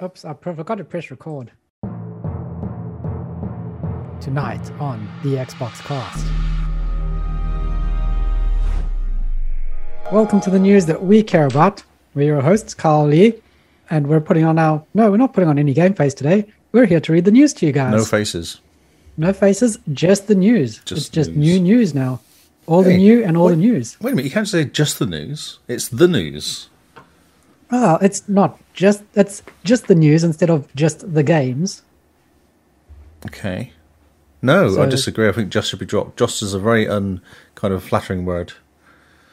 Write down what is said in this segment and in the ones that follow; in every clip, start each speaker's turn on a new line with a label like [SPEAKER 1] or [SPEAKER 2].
[SPEAKER 1] Oops, I pro- forgot to press record. Tonight on the Xbox Cast. Welcome to the news that we care about. We're your hosts, Carl Lee, and we're putting on our. No, we're not putting on any game face today. We're here to read the news to you guys.
[SPEAKER 2] No faces.
[SPEAKER 1] No faces, just the news.
[SPEAKER 2] Just
[SPEAKER 1] it's just
[SPEAKER 2] news.
[SPEAKER 1] new news now. All the
[SPEAKER 2] Hey,
[SPEAKER 1] new and all the news.
[SPEAKER 2] Wait a minute, you can't say just the news. It's the news.
[SPEAKER 1] Oh, it's not just. It's just the news instead of just the games.
[SPEAKER 2] Okay. No, I
[SPEAKER 1] So-
[SPEAKER 2] disagree. I think just should be dropped. Just is a very un kind of flattering word.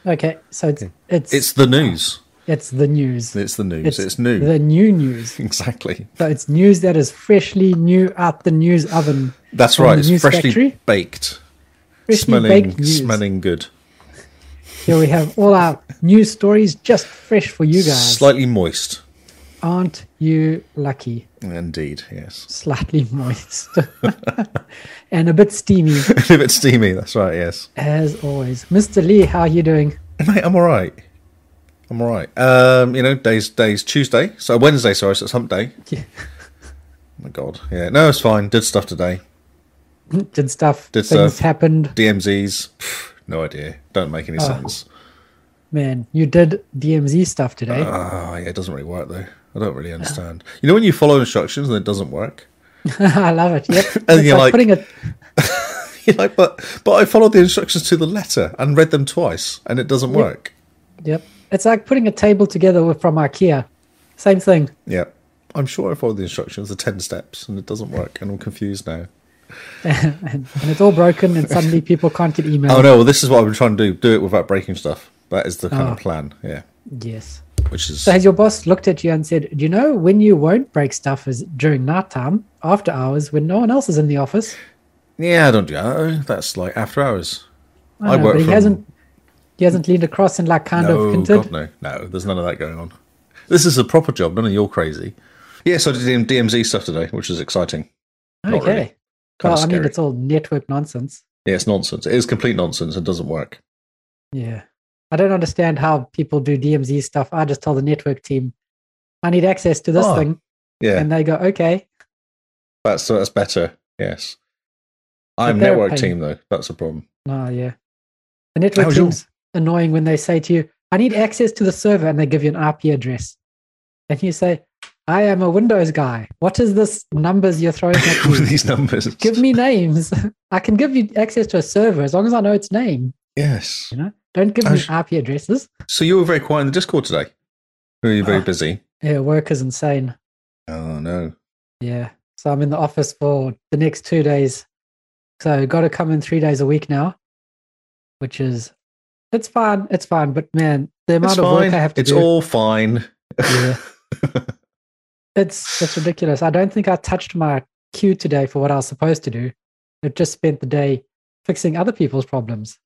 [SPEAKER 1] Okay, so
[SPEAKER 2] Hmm.
[SPEAKER 1] it's it's
[SPEAKER 2] It's the news.
[SPEAKER 1] It's the news.
[SPEAKER 2] It's the news. It's, new.
[SPEAKER 1] The new news.
[SPEAKER 2] Exactly.
[SPEAKER 1] So it's news that is freshly new out the news oven.
[SPEAKER 2] That's
[SPEAKER 1] from
[SPEAKER 2] right.
[SPEAKER 1] the
[SPEAKER 2] It's
[SPEAKER 1] news
[SPEAKER 2] freshly
[SPEAKER 1] factory.
[SPEAKER 2] baked.
[SPEAKER 1] Freshly
[SPEAKER 2] smelling
[SPEAKER 1] baked news.
[SPEAKER 2] smelling good.
[SPEAKER 1] Here we have all our news stories just fresh for you guys.
[SPEAKER 2] Slightly moist.
[SPEAKER 1] Aren't you lucky?
[SPEAKER 2] Indeed, yes.
[SPEAKER 1] Slightly moist and a bit steamy,
[SPEAKER 2] a bit steamy, that's right, yes.
[SPEAKER 1] as always. Mr. Lee, how are you doing?
[SPEAKER 2] Mate, I'm all right. I'm all right. Um, you know, days, days, Tuesday. So Wednesday, sorry, so it's hump day.
[SPEAKER 1] Yeah.
[SPEAKER 2] Oh my God. Yeah, no, it's fine. Did stuff today.
[SPEAKER 1] Did stuff,
[SPEAKER 2] Did
[SPEAKER 1] things
[SPEAKER 2] stuff.
[SPEAKER 1] happened.
[SPEAKER 2] DMZs, pff, no idea. Don't make any sense.
[SPEAKER 1] Man, you did DMZ stuff today.
[SPEAKER 2] Ah, yeah, it doesn't really work though. I don't really understand. You know when you follow instructions and it doesn't work?
[SPEAKER 1] I love it. Yep.
[SPEAKER 2] And
[SPEAKER 1] It's
[SPEAKER 2] you're like-
[SPEAKER 1] putting it
[SPEAKER 2] You're like, but but I followed the instructions to the letter and read them twice and it doesn't work.
[SPEAKER 1] Yep. It's like putting a table together with, from IKEA. Same thing.
[SPEAKER 2] Yeah. I'm sure I followed the instructions, the ten steps, and it doesn't work and I'm confused now.
[SPEAKER 1] and, and it's all broken, and suddenly people can't get email.
[SPEAKER 2] Oh no, well this is what I've been trying to do. Do it without breaking stuff. That is the kind
[SPEAKER 1] Oh.
[SPEAKER 2] of plan, yeah.
[SPEAKER 1] Yes.
[SPEAKER 2] Which is
[SPEAKER 1] So has your boss looked at you and said, "Do you know when you won't break stuff is during nighttime, after hours, when no one else is in the office?"
[SPEAKER 2] Yeah, I don't do that. That's like after hours. I,
[SPEAKER 1] know,
[SPEAKER 2] work
[SPEAKER 1] but he
[SPEAKER 2] from
[SPEAKER 1] hasn't. He hasn't leaned across and like kind
[SPEAKER 2] no,
[SPEAKER 1] of hinted.
[SPEAKER 2] God, no, no. There's none of that going on. This is a proper job. None of you're crazy. Yeah, so I did DMZ stuff today, which is exciting. not
[SPEAKER 1] okay.
[SPEAKER 2] really. Kind
[SPEAKER 1] Well,
[SPEAKER 2] of
[SPEAKER 1] Oh, I
[SPEAKER 2] scary.
[SPEAKER 1] mean, it's all network nonsense.
[SPEAKER 2] Yeah, it's nonsense. It is complete nonsense. It doesn't work.
[SPEAKER 1] Yeah. I don't understand how people do DMZ stuff. I just tell the network team, "I need access to this
[SPEAKER 2] Oh,
[SPEAKER 1] thing,"
[SPEAKER 2] Yeah,
[SPEAKER 1] and they go, "Okay."
[SPEAKER 2] that's that's better. Yes, I'm
[SPEAKER 1] they're a
[SPEAKER 2] network
[SPEAKER 1] pain.
[SPEAKER 2] team though. That's a problem.
[SPEAKER 1] Oh yeah. The network
[SPEAKER 2] How's
[SPEAKER 1] team's annoying when they say to you, I need access to the server and they give you an IP address. And you say, I am a Windows guy. What is this numbers you're throwing at
[SPEAKER 2] What are
[SPEAKER 1] me?
[SPEAKER 2] these numbers?
[SPEAKER 1] give me names. I can give you access to a server as long as I know its name.
[SPEAKER 2] Yes.
[SPEAKER 1] You know? Don't give me
[SPEAKER 2] How's-
[SPEAKER 1] IP addresses.
[SPEAKER 2] So you were very quiet in the Discord today. Were you very
[SPEAKER 1] Ah.
[SPEAKER 2] busy?
[SPEAKER 1] Yeah, work is insane.
[SPEAKER 2] Oh no.
[SPEAKER 1] Yeah. So I'm in the office for the next two days. So gotta come in three days a week now. Which is it's fine, it's fine. But man, the amount
[SPEAKER 2] It's
[SPEAKER 1] of
[SPEAKER 2] fine.
[SPEAKER 1] work I have to
[SPEAKER 2] It's
[SPEAKER 1] do.
[SPEAKER 2] all fine.
[SPEAKER 1] Yeah. it's it's ridiculous. I don't think I touched my queue today for what I was supposed to do. I just spent the day fixing other people's problems.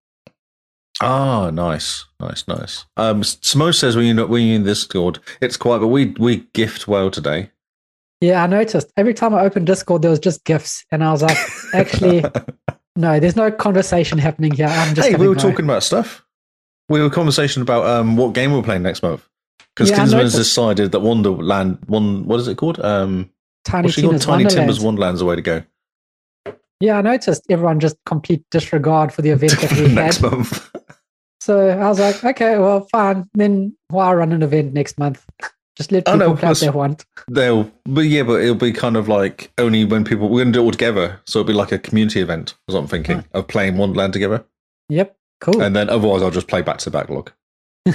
[SPEAKER 2] Ah, nice, nice, nice. Um, Smo says when you're not when you're in Discord, it's quiet, but we we gift well today.
[SPEAKER 1] Yeah, I noticed every time I opened Discord, there was just gifs, and I was like, actually, no, there's no conversation happening here. I'm just
[SPEAKER 2] hey, we
[SPEAKER 1] having
[SPEAKER 2] were
[SPEAKER 1] my-
[SPEAKER 2] talking about stuff. We were conversation about um what game we we're playing next month because
[SPEAKER 1] Yeah, I
[SPEAKER 2] Kinsman's
[SPEAKER 1] noticed.
[SPEAKER 2] decided that Wonderland one what is it called um
[SPEAKER 1] Tiny
[SPEAKER 2] what's it called
[SPEAKER 1] Tina's
[SPEAKER 2] Tiny Timbers
[SPEAKER 1] Wonderland.
[SPEAKER 2] Wonderland's the way to go
[SPEAKER 1] Yeah, I noticed everyone just complete disregard for the event that we had.
[SPEAKER 2] next month.
[SPEAKER 1] So I was like, okay, well, fine. Then why run an event next month? Just let
[SPEAKER 2] Oh,
[SPEAKER 1] people
[SPEAKER 2] no,
[SPEAKER 1] play what
[SPEAKER 2] plus-
[SPEAKER 1] they want.
[SPEAKER 2] They'll but yeah, but it'll be kind of like only when people we're going to do it all together, so it'll be like a community event. Is what I'm thinking of playing Wonderland together,
[SPEAKER 1] Yep, cool.
[SPEAKER 2] and then otherwise I'll just play back to backlog.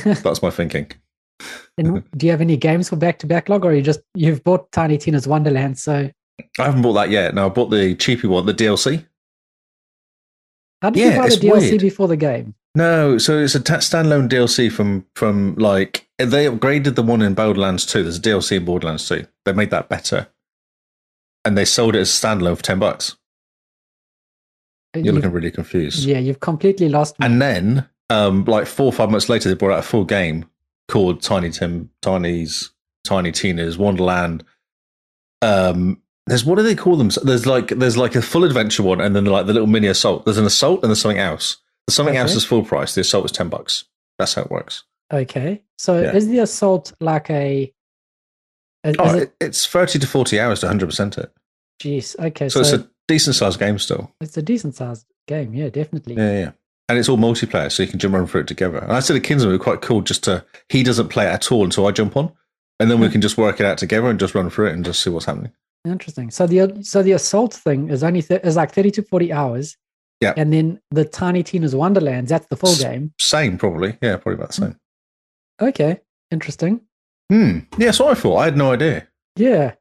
[SPEAKER 2] That's my thinking.
[SPEAKER 1] And do you have any games for back to backlog, or you just you've bought Tiny Tina's Wonderland? So
[SPEAKER 2] I haven't bought that yet. No, I bought the cheapy one, the DLC.
[SPEAKER 1] how did
[SPEAKER 2] Yeah,
[SPEAKER 1] you buy
[SPEAKER 2] it's
[SPEAKER 1] the DLC
[SPEAKER 2] weird.
[SPEAKER 1] before the game?
[SPEAKER 2] No, so it's a ta- standalone DLC from from like they upgraded the one in Borderlands 2. There's a DLC in Borderlands 2. They made that better, and they sold it as standalone for ten bucks. You're
[SPEAKER 1] You've-
[SPEAKER 2] looking really confused.
[SPEAKER 1] yeah, you've completely lost me.
[SPEAKER 2] And then, um, like four or five months later, they brought out a full game called Tiny Tim, Tiny's, Tiny Tina's Wonderland. Um, there's what do they call them? There's like there's like a full adventure one, and then like the little mini assault. There's an assault, and there's something else. The something else
[SPEAKER 1] Okay.
[SPEAKER 2] is full price. The assault is ten bucks. That's how it works.
[SPEAKER 1] Okay, so
[SPEAKER 2] Yeah.
[SPEAKER 1] is the assault like a Is,
[SPEAKER 2] Oh,
[SPEAKER 1] is it?
[SPEAKER 2] it, it's 30 to 40 hours to 100% it.
[SPEAKER 1] Jeez. Okay.
[SPEAKER 2] So,
[SPEAKER 1] So,
[SPEAKER 2] it's a decent sized game still.
[SPEAKER 1] decent sized game. Yeah, definitely.
[SPEAKER 2] Yeah, yeah. And it's all multiplayer, so you can jump around through it together. And I said to Kinsman, we're quite cool just to, he doesn't play it at all until I jump on. And then we can just work it out together and just run through it and just see what's happening.
[SPEAKER 1] Interesting. So the so the assault thing is only th- is like thirty to forty hours.
[SPEAKER 2] Yeah.
[SPEAKER 1] And then the Tiny Tina's Wonderlands. That's the full
[SPEAKER 2] S-
[SPEAKER 1] game.
[SPEAKER 2] Same, probably. Yeah, probably about the same.
[SPEAKER 1] Okay. Interesting.
[SPEAKER 2] Hmm. Yeah, so I thought. I had no idea.
[SPEAKER 1] Yeah.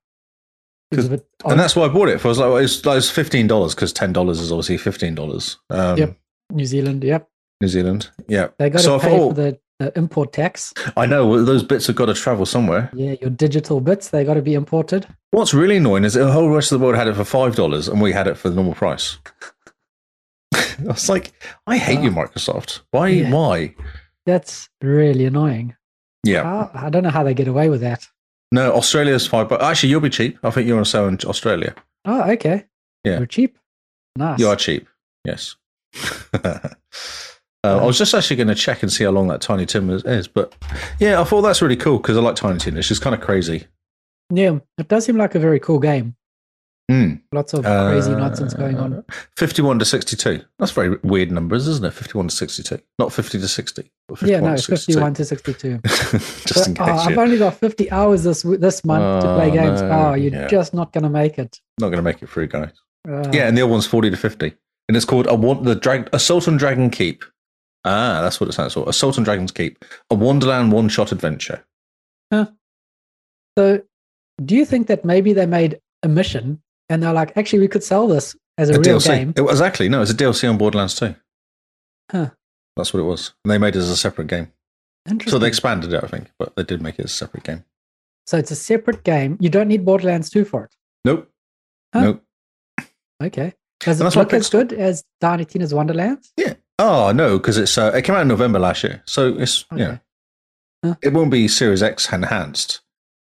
[SPEAKER 1] It's a bit odd.
[SPEAKER 2] And that's why I bought it for. I was like, well, it's like, it's $15 because $10 is obviously $15. Um,
[SPEAKER 1] Yep. New Zealand. Yep.
[SPEAKER 2] New Zealand. Yeah.
[SPEAKER 1] They got to
[SPEAKER 2] So I
[SPEAKER 1] pay
[SPEAKER 2] thought-
[SPEAKER 1] for the, the import tax.
[SPEAKER 2] I know well, those bits have got to travel somewhere.
[SPEAKER 1] Yeah, your digital bits, they got to be imported.
[SPEAKER 2] What's really annoying is that the whole rest of the world had it for five dollars, and we had it for the normal price. I was like, I hate you, Microsoft. Why?
[SPEAKER 1] Yeah.
[SPEAKER 2] Why?
[SPEAKER 1] That's really annoying.
[SPEAKER 2] Yeah.
[SPEAKER 1] How- I don't know how they get away with that.
[SPEAKER 2] No, Australia's five. But actually, you'll be cheap. I think you're on sale in Australia.
[SPEAKER 1] Oh, okay.
[SPEAKER 2] Yeah.
[SPEAKER 1] We're cheap. Nice.
[SPEAKER 2] You are cheap. Yes. Uh, I was just actually going to check and see how long that Tiny Tim is, is, but yeah, I thought that's really cool because I like Tiny Tim. It's just kind of crazy.
[SPEAKER 1] yeah, um, it does seem like a very cool game.
[SPEAKER 2] Mm.
[SPEAKER 1] Lots of crazy
[SPEAKER 2] Uh,
[SPEAKER 1] nonsense going on.
[SPEAKER 2] 51 to 62. That's very weird numbers, isn't it? 51 to 62. Not 50 to 60. but
[SPEAKER 1] Yeah, no,
[SPEAKER 2] 51 to 62.
[SPEAKER 1] 51 to 62.
[SPEAKER 2] just in
[SPEAKER 1] But,
[SPEAKER 2] case.
[SPEAKER 1] oh, I've
[SPEAKER 2] yeah.
[SPEAKER 1] only got 50 hours this w- this month to play
[SPEAKER 2] Oh,
[SPEAKER 1] games.
[SPEAKER 2] no.
[SPEAKER 1] Oh, you're
[SPEAKER 2] Yeah.
[SPEAKER 1] just not going to make it.
[SPEAKER 2] Not going to make it through, guys.
[SPEAKER 1] Uh,
[SPEAKER 2] yeah, and the other one's 40 to 50. And it's called I want the drag- Assault on Dragon Keep. Ah, that's what it sounds for. Assault on Dragon's Keep, a Wonderland one shot adventure.
[SPEAKER 1] So, do you think that maybe they made a mission and they're like, actually, we could sell this as a,
[SPEAKER 2] A
[SPEAKER 1] real
[SPEAKER 2] DLC.
[SPEAKER 1] game?
[SPEAKER 2] It was- exactly. No, it's a DLC on Borderlands 2.
[SPEAKER 1] Huh.
[SPEAKER 2] That's what it was. And they made it as a separate game.
[SPEAKER 1] Interesting.
[SPEAKER 2] So they expanded it, I think, but they did make it as a separate game.
[SPEAKER 1] So it's a separate game. You don't need Borderlands 2 for it.
[SPEAKER 2] Nope.
[SPEAKER 1] Huh.
[SPEAKER 2] Nope.
[SPEAKER 1] Okay. Does
[SPEAKER 2] And
[SPEAKER 1] it
[SPEAKER 2] that's what
[SPEAKER 1] look as
[SPEAKER 2] Pixel-
[SPEAKER 1] good as Tiny Tina's Wonderlands?
[SPEAKER 2] Oh no, because it's uh, it came out in November last year, so it's
[SPEAKER 1] Okay.
[SPEAKER 2] you know
[SPEAKER 1] Huh.
[SPEAKER 2] it won't be Series X enhanced,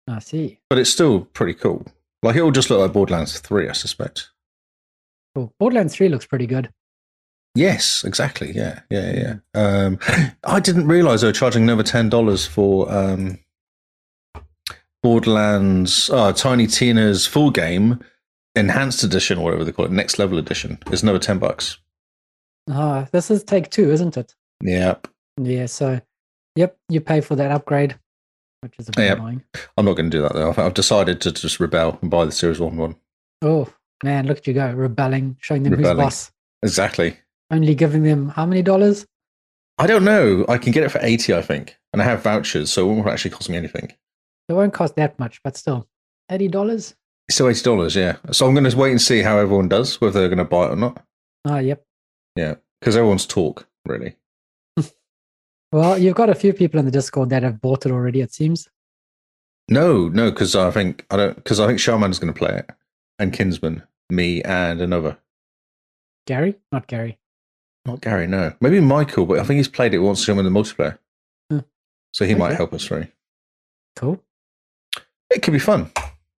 [SPEAKER 1] I see.
[SPEAKER 2] but it's still pretty cool. Like it will just look like Borderlands Three, I suspect.
[SPEAKER 1] Cool. Borderlands 3 looks pretty good.
[SPEAKER 2] Yes, exactly. Yeah, yeah, yeah. Um, I didn't realize they were charging another ten dollars for um, Borderlands uh, Tiny Tina's full game enhanced edition, or whatever they call it, next level edition. It's another ten bucks.
[SPEAKER 1] Ah, this is take two, isn't it?
[SPEAKER 2] Yeah,
[SPEAKER 1] Yeah. So, yep, you pay for that upgrade, which is a bit
[SPEAKER 2] Yep.
[SPEAKER 1] annoying.
[SPEAKER 2] I'm not going to do that though. I've- I've decided to just rebel and buy the Series One one.
[SPEAKER 1] Oh, man, look at you go, rebelling, showing them
[SPEAKER 2] Rebelling.
[SPEAKER 1] who's boss.
[SPEAKER 2] Exactly.
[SPEAKER 1] Only giving them how many dollars?
[SPEAKER 2] I don't know. I can get it for 80, I think. And I have vouchers, so it won't actually cost me anything.
[SPEAKER 1] It won't cost that much, but still, $80?
[SPEAKER 2] It's still $80, yeah. So I'm going to wait and see how everyone does, whether they're going to buy it or not.
[SPEAKER 1] Ah, yep.
[SPEAKER 2] Yeah. Because everyone's talk, really.
[SPEAKER 1] Well, you've got a few people in the Discord that have bought it already, it seems.
[SPEAKER 2] No, no, because I think I don't because I think Shaman's going to play it, and Kinsman, me, and another.
[SPEAKER 1] Gary? Not Gary.
[SPEAKER 2] Not Gary, no. Maybe Michael, but I think he's played it once in the multiplayer,
[SPEAKER 1] Hmm.
[SPEAKER 2] so he might
[SPEAKER 1] Okay.
[SPEAKER 2] help us through.
[SPEAKER 1] Cool.
[SPEAKER 2] It could be fun.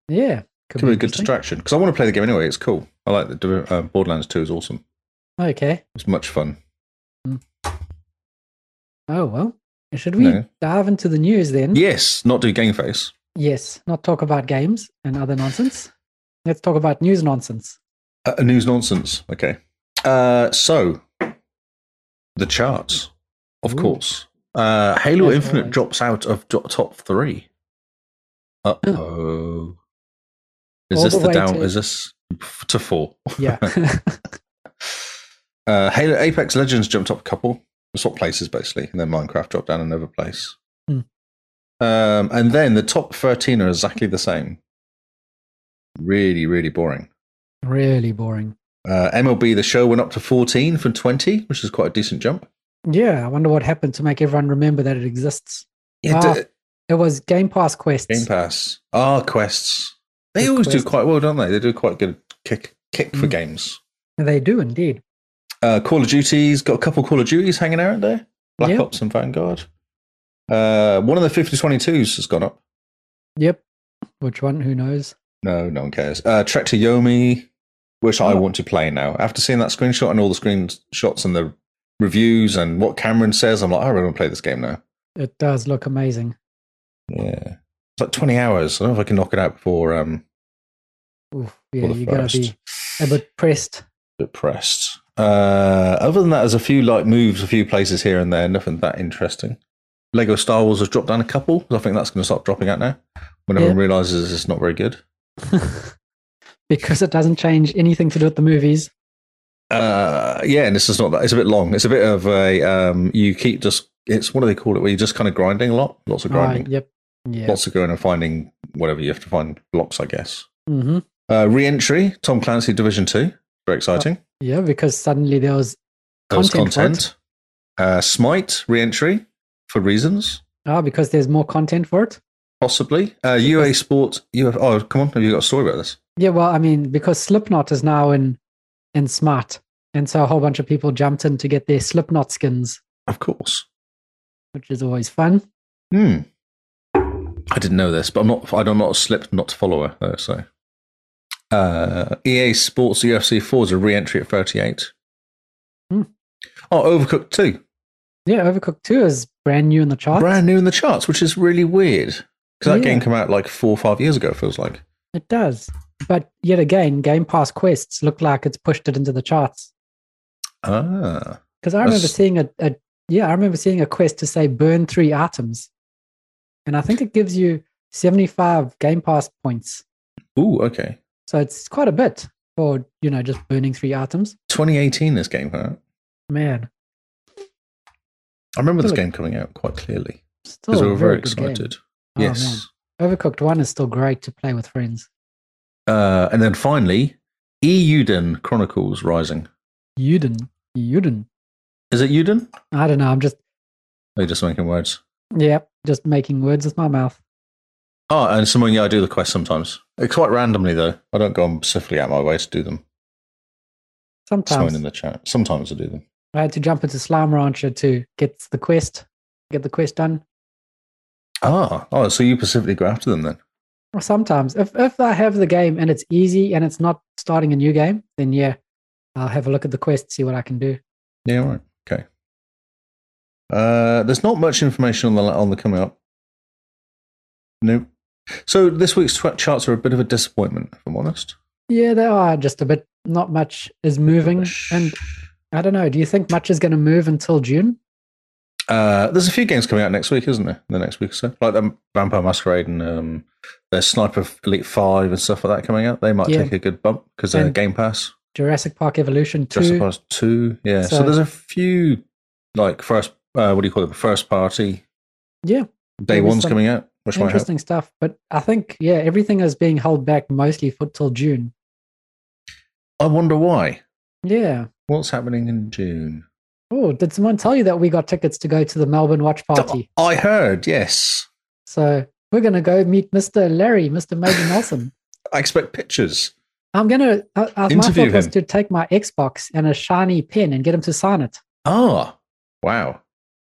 [SPEAKER 1] Yeah. Could,
[SPEAKER 2] could be a good
[SPEAKER 1] interesting.
[SPEAKER 2] distraction because I want to play the game anyway. It's cool. I like the uh, Borderlands Two is awesome.
[SPEAKER 1] Okay.
[SPEAKER 2] It's much fun.
[SPEAKER 1] Oh, well. Should we
[SPEAKER 2] No.
[SPEAKER 1] dive into the news then?
[SPEAKER 2] Yes, not do Game Face.
[SPEAKER 1] Yes. Not talk about games and other nonsense. Let's talk about news nonsense.
[SPEAKER 2] Uh, news nonsense. Okay. Uh, so, the charts, of
[SPEAKER 1] Ooh.
[SPEAKER 2] course. Uh, Halo
[SPEAKER 1] As
[SPEAKER 2] Infinite
[SPEAKER 1] always.
[SPEAKER 2] drops out of do- top three. Uh oh. Is
[SPEAKER 1] All
[SPEAKER 2] this
[SPEAKER 1] the
[SPEAKER 2] the,
[SPEAKER 1] way
[SPEAKER 2] down?
[SPEAKER 1] to-
[SPEAKER 2] Is this f- to four?
[SPEAKER 1] Yeah.
[SPEAKER 2] Uh, Halo Apex Legends jumped up a couple, swap places basically, and then Minecraft dropped down another place.
[SPEAKER 1] Hmm.
[SPEAKER 2] Um, and then the top thirteen are exactly the same. Really, really boring.
[SPEAKER 1] really boring.
[SPEAKER 2] Uh, MLB The Show went up to 14 from 20, which is quite a decent jump.
[SPEAKER 1] Yeah. I wonder what happened to make everyone remember that it exists.
[SPEAKER 2] Yeah,
[SPEAKER 1] Ah,
[SPEAKER 2] d-
[SPEAKER 1] It was Game Pass quests.
[SPEAKER 2] Game Pass. Ah, quests. They
[SPEAKER 1] The
[SPEAKER 2] always
[SPEAKER 1] quest.
[SPEAKER 2] do quite well, don't they? They do quite good kick kick for
[SPEAKER 1] Mm.
[SPEAKER 2] games.
[SPEAKER 1] They do indeed.
[SPEAKER 2] Uh, Call of Duty's got a couple Call of Duties hanging out there. Black
[SPEAKER 1] Yeah.
[SPEAKER 2] Ops and Vanguard. Uh, one of the 5022s has gone up.
[SPEAKER 1] Yep. Which one? Who knows?
[SPEAKER 2] No, no one cares. Uh, Trek to Yomi, which I
[SPEAKER 1] Oh.
[SPEAKER 2] want to play now. After seeing that screenshot and all the screenshots and the reviews and "Oh, what Cameron says, I'm like, I really want to play this game now.
[SPEAKER 1] It does look amazing.
[SPEAKER 2] Yeah. It's like 20 hours. I don't know if I can knock it out before um
[SPEAKER 1] Oof, yeah,
[SPEAKER 2] the
[SPEAKER 1] you got
[SPEAKER 2] first.
[SPEAKER 1] to be a bit pressed.
[SPEAKER 2] depressed. Uh, other than that, there's a few like moves, a few places here and there. Nothing that interesting. Lego Star Wars has dropped down a couple. 'cause I think that's going to start dropping out now. When
[SPEAKER 1] Yeah.
[SPEAKER 2] everyone realizes it's not very good.
[SPEAKER 1] because it doesn't change anything to do with the movies.
[SPEAKER 2] Uh, yeah, and it's just not that. It's a bit long. It's a bit of a um, you keep just. It's what do they call it? Where you're just kind of grinding a lot, lots of grinding,
[SPEAKER 1] Right, yep. Yeah.
[SPEAKER 2] lots of going and finding whatever you have to find blocks, I guess.
[SPEAKER 1] hmm
[SPEAKER 2] Uh, re-entry, Tom Clancy Division Two, very exciting.
[SPEAKER 1] Yeah, because suddenly there was
[SPEAKER 2] That was
[SPEAKER 1] Content,
[SPEAKER 2] content. Uh, Smite re-entry for reasons.
[SPEAKER 1] ah because there's more content for it.
[SPEAKER 2] Possibly. Uh, UA Sport. UF, oh, come on. Have you got a story about this?
[SPEAKER 1] Yeah, well, I mean, because Slipknot is now in in Smart, and so a whole bunch of people jumped in to get their Slipknot skins,
[SPEAKER 2] Of course.
[SPEAKER 1] which is always fun.
[SPEAKER 2] Hmm. I didn't know this, but I'm not. I'm not a slip not follower though. So, uh, EA Sports UFC Four is a re-entry at 38.
[SPEAKER 1] Hmm.
[SPEAKER 2] Oh, Overcooked Two,
[SPEAKER 1] Yeah, Overcooked Two is brand new in the charts.
[SPEAKER 2] brand new in the charts, which is really weird because that
[SPEAKER 1] Yeah.
[SPEAKER 2] game came out like four or five years ago. It feels like.
[SPEAKER 1] It does, but yet again, Game Pass quests look like it's pushed it into the charts.
[SPEAKER 2] Ah,
[SPEAKER 1] Because I remember
[SPEAKER 2] That's-
[SPEAKER 1] seeing a, a yeah, I remember seeing a quest to say burn three items, and I think it gives you seventy five Game Pass points.
[SPEAKER 2] ooh, okay.
[SPEAKER 1] So it's quite a bit for you know just burning three items.
[SPEAKER 2] 2018, this game came out.
[SPEAKER 1] Man,
[SPEAKER 2] I remember this
[SPEAKER 1] Still a-
[SPEAKER 2] game coming out quite clearly
[SPEAKER 1] still
[SPEAKER 2] because we
[SPEAKER 1] a
[SPEAKER 2] were very
[SPEAKER 1] Oh, good game.
[SPEAKER 2] excited.
[SPEAKER 1] Oh, man.
[SPEAKER 2] yes.
[SPEAKER 1] Overcooked One is still great to play with friends.
[SPEAKER 2] Uh, and then finally, Euden Chronicles Rising.
[SPEAKER 1] Yuden, Yuden.
[SPEAKER 2] Is it Euden?
[SPEAKER 1] I don't know. I'm just
[SPEAKER 2] They're just making words.
[SPEAKER 1] yeah, just making words with my mouth.
[SPEAKER 2] Oh, and someone, yeah, I do the quest sometimes. Uh, Quite randomly, though. I don't go on specifically out my way to do them. Someone
[SPEAKER 1] Sometimes
[SPEAKER 2] in the chat. Sometimes I do them.
[SPEAKER 1] I had to jump into Slime Rancher to get the quest, get the quest done.
[SPEAKER 2] Ah, oh, so you specifically go after them then?
[SPEAKER 1] Or sometimes, if if I have the game and it's easy and it's not starting a new game, then yeah, I'll have a look at the quest, see what I can do.
[SPEAKER 2] Yeah, right. Okay. Uh, there's not much information on the on the coming up. Nope. So this week's tw- charts are a bit of a disappointment, if I'm honest.
[SPEAKER 1] Yeah, they are just a bit. Not much is moving, and I don't know. Do you think much is going to move until June?
[SPEAKER 2] Uh, there's a few games coming out next week, isn't there? The next week or so, like the Vampire Masquerade and um, there's Sniper Elite Five and stuff like that coming out. They might
[SPEAKER 1] Yeah.
[SPEAKER 2] take a good bump because they're
[SPEAKER 1] And
[SPEAKER 2] Game Pass,
[SPEAKER 1] Jurassic Park Evolution
[SPEAKER 2] Jurassic
[SPEAKER 1] Two.
[SPEAKER 2] Pass Two. Yeah, so,
[SPEAKER 1] So-
[SPEAKER 2] there's a few like first, uh, what do you call it? First party.
[SPEAKER 1] Yeah.
[SPEAKER 2] Day
[SPEAKER 1] Maybe
[SPEAKER 2] one's
[SPEAKER 1] some
[SPEAKER 2] coming out, which might help.
[SPEAKER 1] Interesting stuff. But I think yeah, everything is being held back mostly for till June.
[SPEAKER 2] I wonder why.
[SPEAKER 1] Yeah.
[SPEAKER 2] What's happening in June?
[SPEAKER 1] Oh, did someone tell you that we got tickets to go to the Melbourne Watch Party?
[SPEAKER 2] I heard. Yes,
[SPEAKER 1] So we're gonna go meet Mr. Larry, Mr. Major Nelson.
[SPEAKER 2] I expect pictures.
[SPEAKER 1] I'm gonna. I, I, my
[SPEAKER 2] Interview
[SPEAKER 1] thought was
[SPEAKER 2] him.
[SPEAKER 1] to take my Xbox and a shiny pen and get him to sign it.
[SPEAKER 2] Ah, wow.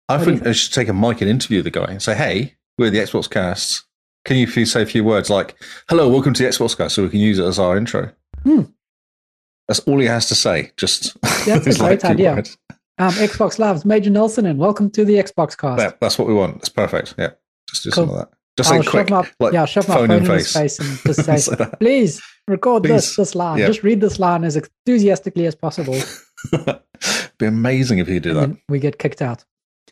[SPEAKER 2] I
[SPEAKER 1] What do you
[SPEAKER 2] think I should take a mic and interview the guy and say, hey, we're the Xbox Casts. Can you please say a few words like, hello, welcome to the Xbox Cast, so we can use it as our intro?
[SPEAKER 1] Hmm.
[SPEAKER 2] That's all he has to say. Just
[SPEAKER 1] That's a
[SPEAKER 2] those, like,
[SPEAKER 1] great
[SPEAKER 2] two
[SPEAKER 1] idea.
[SPEAKER 2] words.
[SPEAKER 1] Um, Xbox loves Major Nelson and welcome to the Xbox cast.
[SPEAKER 2] That- that's what we want. That's perfect. Yeah. Just do something
[SPEAKER 1] Cool.
[SPEAKER 2] like that. Just say quick.
[SPEAKER 1] shove my
[SPEAKER 2] like,
[SPEAKER 1] yeah, I'll shove my
[SPEAKER 2] phone
[SPEAKER 1] phone
[SPEAKER 2] in
[SPEAKER 1] in his
[SPEAKER 2] face.
[SPEAKER 1] face and just say,
[SPEAKER 2] Say that.
[SPEAKER 1] please record
[SPEAKER 2] Please.
[SPEAKER 1] this this line.
[SPEAKER 2] Yeah.
[SPEAKER 1] Just read this line as enthusiastically as possible.
[SPEAKER 2] be amazing if you do
[SPEAKER 1] and
[SPEAKER 2] that.
[SPEAKER 1] then we get kicked out.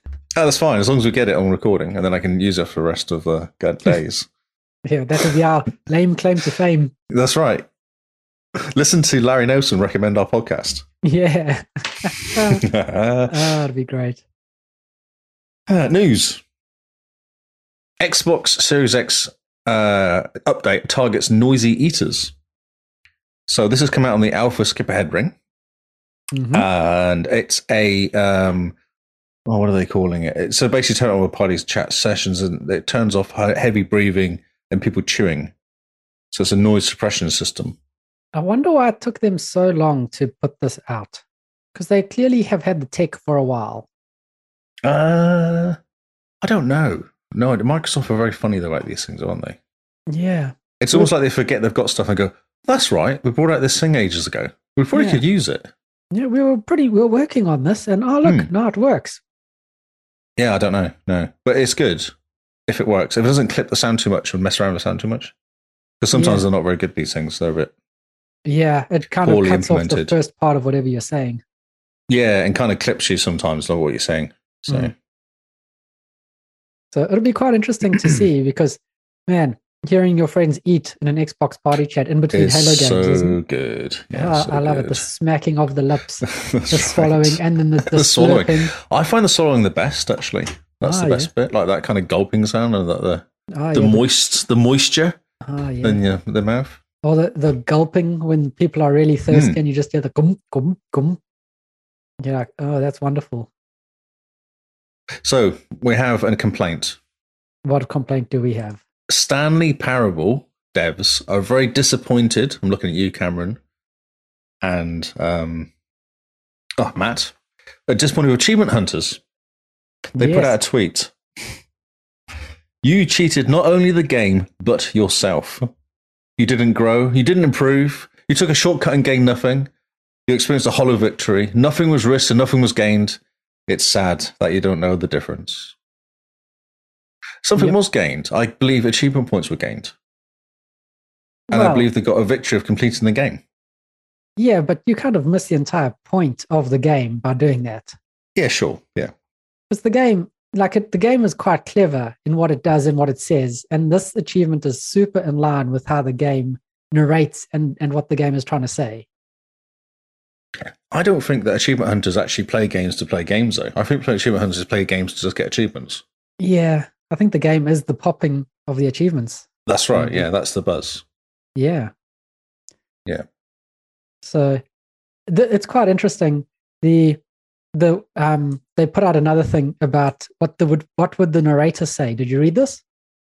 [SPEAKER 2] oh, that's fine. As long as we get it on recording and then I can use it for the rest of the good days.
[SPEAKER 1] Yeah, that'll be our lame claim to fame.
[SPEAKER 2] That's right. Listen to Larry Nelson recommend our podcast.
[SPEAKER 1] Yeah, oh,
[SPEAKER 2] Uh,
[SPEAKER 1] that'd be great.
[SPEAKER 2] news Xbox Series X uh, update targets noisy eaters. So, this has come out on the Alpha Skip Ahead Ring,
[SPEAKER 1] Mhm.
[SPEAKER 2] and it's a. Um, oh, what are they calling it? It's, so, basically, turn on the party's chat sessions and it turns off he- heavy breathing and people chewing. So, it's a noise suppression system.
[SPEAKER 1] I wonder why it took them so long to put this out because they clearly have had the tech for a while.
[SPEAKER 2] Uh, I don't know. No, Microsoft are very funny though about these things, aren't they?
[SPEAKER 1] Yeah,
[SPEAKER 2] It's almost like they forget they've got stuff and go, "That's right, we brought out this thing ages ago. We probably
[SPEAKER 1] Yeah.
[SPEAKER 2] could use it."
[SPEAKER 1] yeah, we were pretty. We were working
[SPEAKER 2] Hmm.
[SPEAKER 1] on this, and oh look, now it works.
[SPEAKER 2] Yeah, I don't know. No, but it's good. if it works. If it doesn't clip the sound too much or mess around with the sound too much, because sometimes
[SPEAKER 1] Yeah.
[SPEAKER 2] they're not very good. These things they're a bit
[SPEAKER 1] Yeah, it kind of
[SPEAKER 2] Poorly
[SPEAKER 1] cuts off the
[SPEAKER 2] implemented.
[SPEAKER 1] first part of whatever you're saying.
[SPEAKER 2] yeah, and kind of clips you sometimes. Like what you're saying. So
[SPEAKER 1] Mm. So it'll be quite interesting to see because, man, hearing your friends eat in an Xbox party chat in between
[SPEAKER 2] it's
[SPEAKER 1] Halo games.
[SPEAKER 2] so
[SPEAKER 1] is,
[SPEAKER 2] good. Yeah,
[SPEAKER 1] Ah,
[SPEAKER 2] so
[SPEAKER 1] I love it.
[SPEAKER 2] good.
[SPEAKER 1] The smacking of the lips,
[SPEAKER 2] That's
[SPEAKER 1] the
[SPEAKER 2] right.
[SPEAKER 1] swallowing, and then the, the,
[SPEAKER 2] The swallowing.
[SPEAKER 1] slurping.
[SPEAKER 2] I find the swallowing the best actually. That's
[SPEAKER 1] Ah,
[SPEAKER 2] the
[SPEAKER 1] yeah.
[SPEAKER 2] best bit, like that kind of gulping sound and the the,
[SPEAKER 1] Ah,
[SPEAKER 2] the
[SPEAKER 1] yeah,
[SPEAKER 2] moist the moisture
[SPEAKER 1] ah, yeah.
[SPEAKER 2] in your the mouth.
[SPEAKER 1] Or the, the gulping when people are really thirsty
[SPEAKER 2] Hmm.
[SPEAKER 1] and you just hear the gum, gum, gum. You're like, oh, that's wonderful.
[SPEAKER 2] So we have a complaint.
[SPEAKER 1] What complaint do we have?
[SPEAKER 2] Stanley Parable devs are very disappointed. I'm looking at you, Cameron, and um, oh Matt. Are disappointed with achievement hunters. They put
[SPEAKER 1] Yes.
[SPEAKER 2] out a tweet. You cheated not only the game, but yourself. You didn't grow, you didn't improve, you took a shortcut and gained nothing. You experienced a hollow victory. Nothing was risked and nothing was gained. It's sad that you don't know the difference. Something
[SPEAKER 1] Yep.
[SPEAKER 2] was gained. I believe achievement points were gained. And I
[SPEAKER 1] Well,
[SPEAKER 2] believe they got a victory of completing the game.
[SPEAKER 1] Yeah, but you kind of miss the entire point of the game by doing that.
[SPEAKER 2] Yeah, sure. Yeah.
[SPEAKER 1] because the game like it, the game is quite clever in what it does and what it says and this achievement is super in line with how the game narrates and and what the game is trying to say
[SPEAKER 2] I don't think that achievement hunters actually play games to play games, though. I think achievement hunters play games to just get achievements.
[SPEAKER 1] yeah i think the game is the popping of the achievements
[SPEAKER 2] That's right.
[SPEAKER 1] Mhm.
[SPEAKER 2] Yeah, that's the buzz.
[SPEAKER 1] yeah
[SPEAKER 2] Yeah.
[SPEAKER 1] so th- it's quite interesting the the um they put out another thing about what the would what would the narrator say did you read this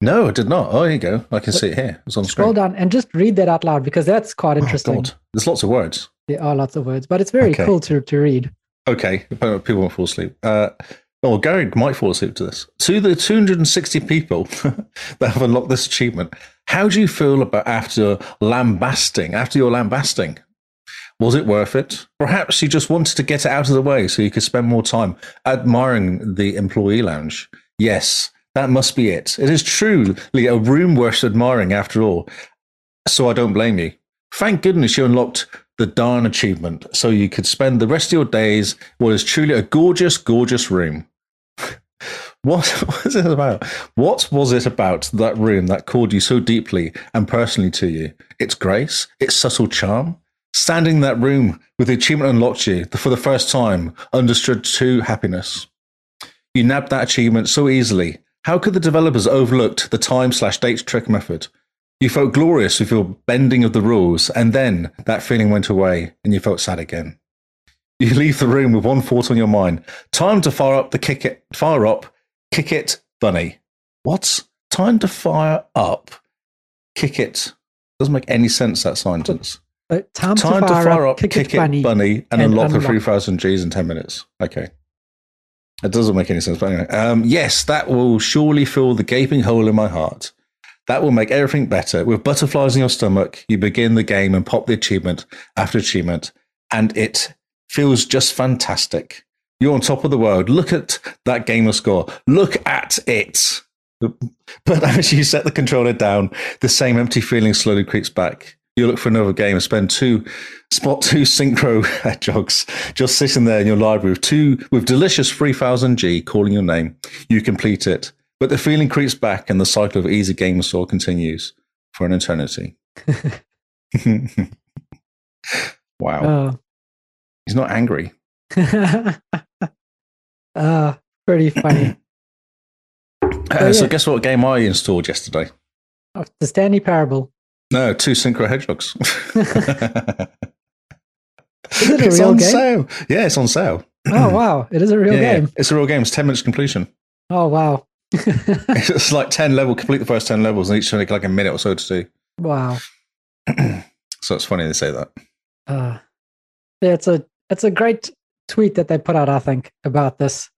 [SPEAKER 2] No, I did not. Oh, here you go. I can see it here. It's on
[SPEAKER 1] scroll
[SPEAKER 2] screen.
[SPEAKER 1] down and just read that out loud because that's quite
[SPEAKER 2] Oh,
[SPEAKER 1] interesting
[SPEAKER 2] God. There's lots of words.
[SPEAKER 1] there are lots of words but it's very
[SPEAKER 2] Okay.
[SPEAKER 1] cool to to read
[SPEAKER 2] Okay, people won't fall asleep. Uh, oh, Gary might fall asleep to this. To the 260 people that have unlocked this achievement, how do you feel about after lambasting? After your lambasting, was it worth it? Perhaps you just wanted to get it out of the way so you could spend more time admiring the employee lounge. Yes, that must be it. It is truly a room worth admiring after all. So I don't blame you. Thank goodness you unlocked the Darn achievement so you could spend the rest of your days in what is truly a gorgeous, gorgeous room. what was it about? What was it about that room that called you so deeply and personally to you? Its grace, its subtle charm? Standing in that room with the achievement unlocked you for the first time understood true happiness. You nabbed that achievement so easily. How could the developers overlooked the time slash date trick method? You felt glorious with your bending of the rules, and then that feeling went away and you felt sad again. You leave the room with one thought on your mind. Time to fire up the kick it fire up, kick it bunny. What? Time to fire up, kick it. Doesn't make any sense that sentence.
[SPEAKER 1] Uh, time,
[SPEAKER 2] Time to fire up, kick, it, bunny, and,
[SPEAKER 1] and
[SPEAKER 2] unlock, the
[SPEAKER 1] unlock.
[SPEAKER 2] 3,000 Gs in 10 minutes. Okay. It doesn't make any sense. But anyway, um, yes, that will surely fill the gaping hole in my heart. That will make everything better. With butterflies in your stomach, you begin the game and pop the achievement after achievement, and it feels just fantastic. You're on top of the world. Look at that gamer score. Look at it. But as you set the controller down, the same empty feeling slowly creeps back. You look for another game and spend two spot two synchro hedgehogs just sitting there in your library with two with delicious 3000G calling your name. You complete it, but the feeling creeps back and the cycle of easy game store continues for an eternity. wow.
[SPEAKER 1] Oh.
[SPEAKER 2] He's not angry.
[SPEAKER 1] Ah, pretty funny.
[SPEAKER 2] Uh, so
[SPEAKER 1] oh, yeah.
[SPEAKER 2] guess what game I installed yesterday?
[SPEAKER 1] Oh, the Stanley Parable.
[SPEAKER 2] No, two synchro hedgehogs.
[SPEAKER 1] Is it a
[SPEAKER 2] it's
[SPEAKER 1] real
[SPEAKER 2] on
[SPEAKER 1] game?
[SPEAKER 2] sale. Yeah, it's on sale.
[SPEAKER 1] Oh wow, it is a real
[SPEAKER 2] Yeah, yeah.
[SPEAKER 1] game.
[SPEAKER 2] It's a real game. It's ten minutes completion.
[SPEAKER 1] Oh wow,
[SPEAKER 2] it's like ten level. Complete the first ten levels, and each take like a minute or so to do.
[SPEAKER 1] wow.
[SPEAKER 2] So it's funny they say that.
[SPEAKER 1] Uh, yeah, it's a it's a great tweet that they put out. I think about this,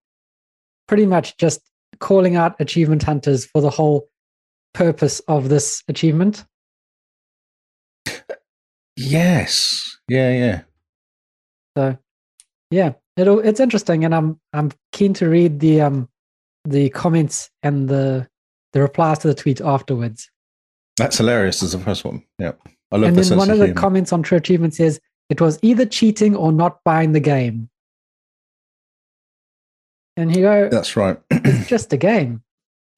[SPEAKER 1] pretty much just calling out achievement hunters for the whole purpose of this achievement.
[SPEAKER 2] Yes. Yeah. Yeah.
[SPEAKER 1] So yeah, it'll it's interesting and I'm I'm keen to read the um the comments and the the replies to the tweet afterwards.
[SPEAKER 2] That's hilarious. Is the first one. Yeah, I love
[SPEAKER 1] and
[SPEAKER 2] the sense
[SPEAKER 1] then one of the
[SPEAKER 2] humor.
[SPEAKER 1] comments on True Achievement says it was either cheating or not buying the game. And you go,
[SPEAKER 2] That's right.
[SPEAKER 1] it's just a game.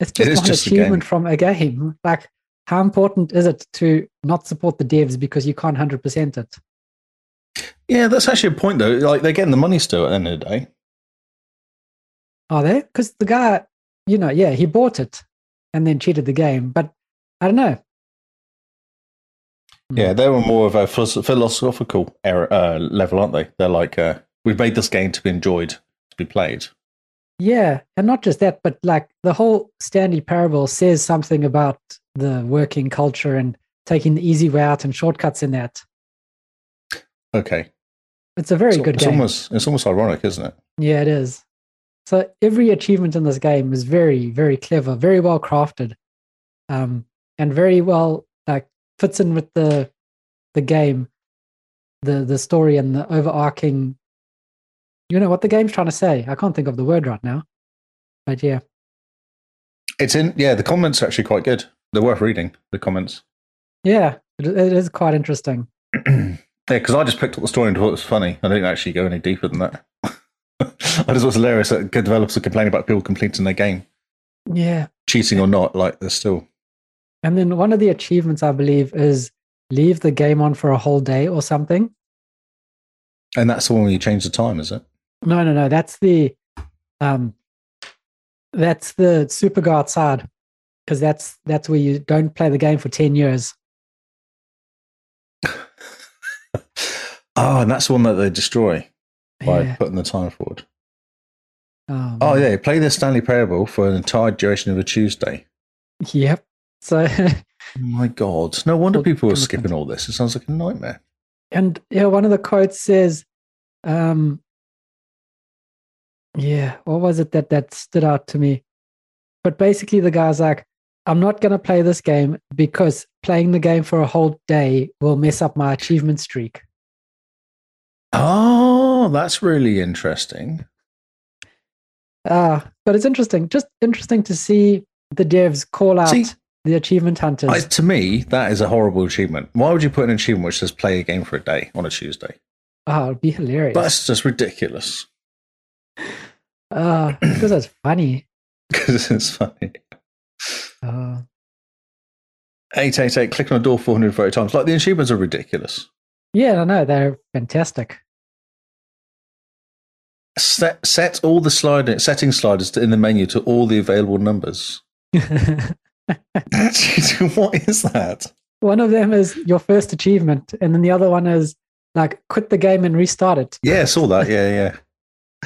[SPEAKER 1] It's just
[SPEAKER 2] is
[SPEAKER 1] one
[SPEAKER 2] just a
[SPEAKER 1] achievement
[SPEAKER 2] game.
[SPEAKER 1] from a game. Like, how important is it to not support the devs because you can't hundred percent it?
[SPEAKER 2] yeah, that's actually a point though. Like they're getting the money still at the end of the day.
[SPEAKER 1] Are they? Because the guy, you know, yeah, he bought it and then cheated the game. But I don't know. Hmm.
[SPEAKER 2] Yeah, they were more of a philosoph- philosophical era, uh, level, aren't they? They're like, uh, we've made this game to be enjoyed, to be played.
[SPEAKER 1] Yeah, and not just that, but like the whole Stanley parable says something about the working culture and taking the easy way out and shortcuts in that.
[SPEAKER 2] Okay,
[SPEAKER 1] It's a very
[SPEAKER 2] it's,
[SPEAKER 1] good
[SPEAKER 2] it's
[SPEAKER 1] game.
[SPEAKER 2] almost it's almost ironic, isn't it?
[SPEAKER 1] Yeah, it is. So every achievement in this game is very, very clever, very well crafted, um, and very well like fits in with the the game, the the story and the overarching. You know what the game's trying to say. I can't think of the word right now, but yeah,
[SPEAKER 2] It's in yeah. The comments are actually quite good. They're worth reading. The comments.
[SPEAKER 1] yeah, it, it is quite interesting.
[SPEAKER 2] yeah, because I just picked up the story and thought it was funny. I didn't actually go any deeper than that. I just was hilarious that good developers are complaining about people completing their game,
[SPEAKER 1] Yeah,
[SPEAKER 2] cheating or not. Like they're still
[SPEAKER 1] and then one of the achievements I believe is leave the game on for a whole day or something.
[SPEAKER 2] And that's the one where you change the time, is it?
[SPEAKER 1] No, no, no. That's the um that's the super go outside. Because that's that's where you don't play the game for ten years.
[SPEAKER 2] Oh, and that's the one that they destroy by
[SPEAKER 1] Yeah.
[SPEAKER 2] putting the time forward.
[SPEAKER 1] Um,
[SPEAKER 2] Oh, yeah. Play the Stanley Parable for an entire duration of a Tuesday.
[SPEAKER 1] Yep. So
[SPEAKER 2] Oh my God. No wonder
[SPEAKER 1] Well,
[SPEAKER 2] people are
[SPEAKER 1] commitment.
[SPEAKER 2] skipping all this. It sounds like a nightmare.
[SPEAKER 1] and yeah, one of the quotes says, um Yeah, what was it that that stood out to me? But basically the guy's like, I'm not gonna play this game because playing the game for a whole day will mess up my achievement streak.
[SPEAKER 2] Oh, that's really interesting.
[SPEAKER 1] Uh, but it's interesting. Just interesting to see the devs call out
[SPEAKER 2] See-
[SPEAKER 1] the achievement hunters.
[SPEAKER 2] I, to me, that is a horrible achievement. Why would you put an achievement which says play a game for a day on a Tuesday?
[SPEAKER 1] oh, it'd be hilarious.
[SPEAKER 2] That's just ridiculous
[SPEAKER 1] Uh, because that's funny.
[SPEAKER 2] because it's funny.
[SPEAKER 1] Uh,
[SPEAKER 2] 888, click on a door 430 times. Like the achievements are ridiculous.
[SPEAKER 1] yeah, I know. They're fantastic.
[SPEAKER 2] set set all the sliding setting sliders to, in the menu to all the available numbers. what is that?
[SPEAKER 1] one of them is your first achievement, and then the other one is like quit the game and restart it.
[SPEAKER 2] Yeah, I saw that. Yeah,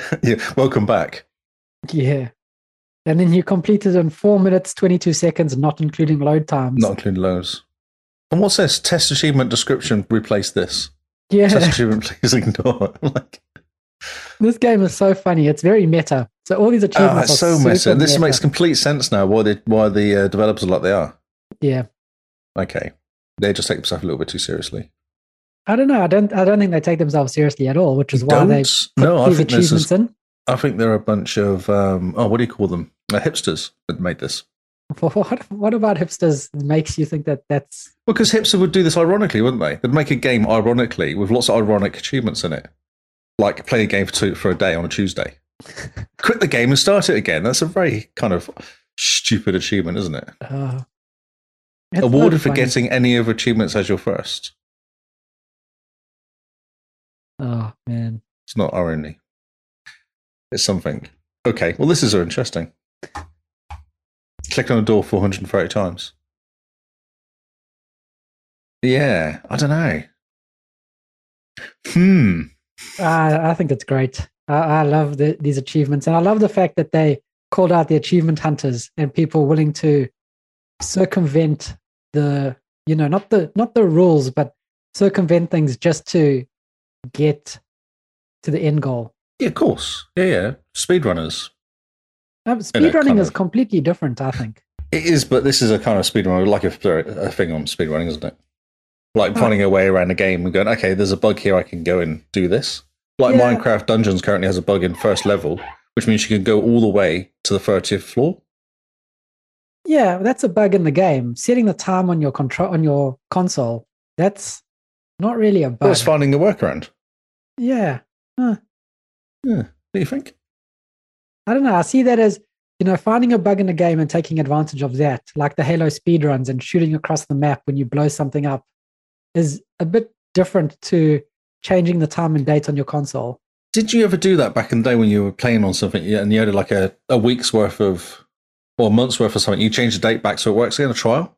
[SPEAKER 2] yeah. yeah. Welcome back.
[SPEAKER 1] Yeah. And then you complete it in four minutes, 22 seconds, not including load times.
[SPEAKER 2] Not including lows. And what's this? Test achievement description. Replace this. Test
[SPEAKER 1] yeah.
[SPEAKER 2] achievement. Please ignore. like,
[SPEAKER 1] this game is so funny. It's very meta. So all these
[SPEAKER 2] ah,
[SPEAKER 1] achievements
[SPEAKER 2] it's
[SPEAKER 1] are
[SPEAKER 2] so
[SPEAKER 1] super
[SPEAKER 2] messy. This
[SPEAKER 1] meta.
[SPEAKER 2] makes complete sense now. Why the why the uh, developers are like they are.
[SPEAKER 1] Yeah.
[SPEAKER 2] Okay, they just take themselves a little bit too seriously.
[SPEAKER 1] I don't know. I don't. I don't think they take themselves seriously at all, which is why they
[SPEAKER 2] Don't. No, I
[SPEAKER 1] these
[SPEAKER 2] think this
[SPEAKER 1] achievements
[SPEAKER 2] is
[SPEAKER 1] in.
[SPEAKER 2] I think they're a bunch of um, oh, what do you call them? Uh, hipsters that made this.
[SPEAKER 1] What What about hipsters makes you think that that's
[SPEAKER 2] Because hipster would do this ironically, wouldn't they? They'd make a game ironically with lots of ironic achievements in it, like play a game for two, for a day on a Tuesday, quit the game and start it again. That's a very kind of stupid achievement, isn't it?
[SPEAKER 1] uh, it's so
[SPEAKER 2] Awarded for
[SPEAKER 1] funny.
[SPEAKER 2] getting any of achievements as your first.
[SPEAKER 1] Oh man,
[SPEAKER 2] It's not irony. It's something. Okay, well, this is interesting. Click on a door 430 times. Yeah, I don't know. Hmm.
[SPEAKER 1] Ah, I, I think it's great. I, I love the, these achievements, and I love the fact that they called out the achievement hunters and people willing to circumvent the you know not the not the rules, but circumvent things just to get to the end goal.
[SPEAKER 2] Yeah, of course. Yeah, yeah. Speedrunners.
[SPEAKER 1] Um,
[SPEAKER 2] kind
[SPEAKER 1] speedrunning is
[SPEAKER 2] of-
[SPEAKER 1] completely different, I think.
[SPEAKER 2] It is, but this is a kind of speedrunner, like a, a thing on speedrunning, isn't it? Like finding a way around a game and going, okay, there's a bug here, I can go and do this. Like
[SPEAKER 1] Yeah.
[SPEAKER 2] Minecraft Dungeons currently has a bug in first level, which means you can go all the way to the 30th floor.
[SPEAKER 1] Yeah, that's a bug in the game. Setting the time on your control on your console. That's not really a
[SPEAKER 2] Well,
[SPEAKER 1] bug.
[SPEAKER 2] it's finding a workaround.
[SPEAKER 1] Yeah.
[SPEAKER 2] Yeah. What do you think?
[SPEAKER 1] I don't know. I see that as you know, finding a bug in the game and taking advantage of that, like the Halo speedruns and shooting across the map when you blow something up, is a bit different to changing the time and date on your console.
[SPEAKER 2] Did you ever do that back in the day when you were playing on something yeah, and you had like a, a week's worth of or a month's worth of something? You change the date back so it works again, a trial?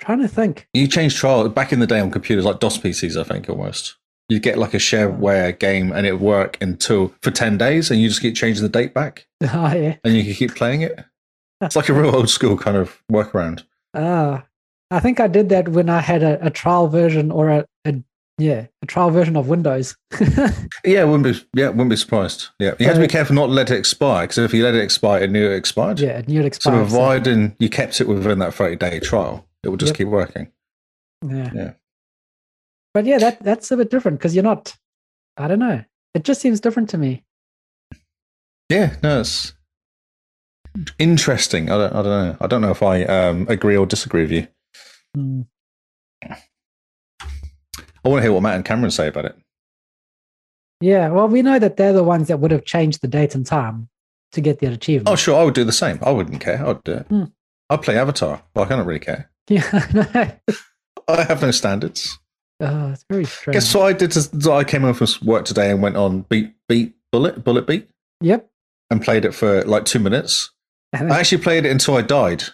[SPEAKER 1] trying to think.
[SPEAKER 2] You change trial back in the day on computers, like DOS PCs, I think almost. You'd get like a shareware game and it'd work until for 10 days and you just keep changing the date back
[SPEAKER 1] Oh yeah.
[SPEAKER 2] and you could keep playing it. It's like a real old school kind of workaround.
[SPEAKER 1] Ah, I think I did that when I had a, a trial version or a, a yeah a trial version of Windows.
[SPEAKER 2] Yeah, wouldn't be. Yeah, wouldn't be surprised. Yeah, you had to be careful not to let it expire because if you let it expire, it knew it expired.
[SPEAKER 1] Uh, yeah, it knew it
[SPEAKER 2] So
[SPEAKER 1] expired. so-
[SPEAKER 2] providing you kept it within that thirty day trial, it would just
[SPEAKER 1] Yep.
[SPEAKER 2] keep working.
[SPEAKER 1] yeah.
[SPEAKER 2] Yeah.
[SPEAKER 1] But yeah, that that's a bit different because you're not. I don't know. It just seems different to me.
[SPEAKER 2] Yeah, no, it's interesting. I don't. I don't know. I don't know if I um, agree or disagree with you.
[SPEAKER 1] Mm.
[SPEAKER 2] I want to hear what Matt and Cameron say about it.
[SPEAKER 1] Yeah. Well, we know that they're the ones that would have changed the date and time to get that achievement.
[SPEAKER 2] Oh, sure, I would do the same. I wouldn't care. I'd do it.
[SPEAKER 1] Hmm.
[SPEAKER 2] I'd play Avatar. Like I don't really care.
[SPEAKER 1] Yeah. I know.
[SPEAKER 2] I have no standards.
[SPEAKER 1] oh, it's very strange.
[SPEAKER 2] Guess what I did? Is is I came home from work today and went on beat, beat, bullet, bullet, beat.
[SPEAKER 1] Yep.
[SPEAKER 2] and played it for like two minutes.
[SPEAKER 1] And
[SPEAKER 2] I actually played it until I died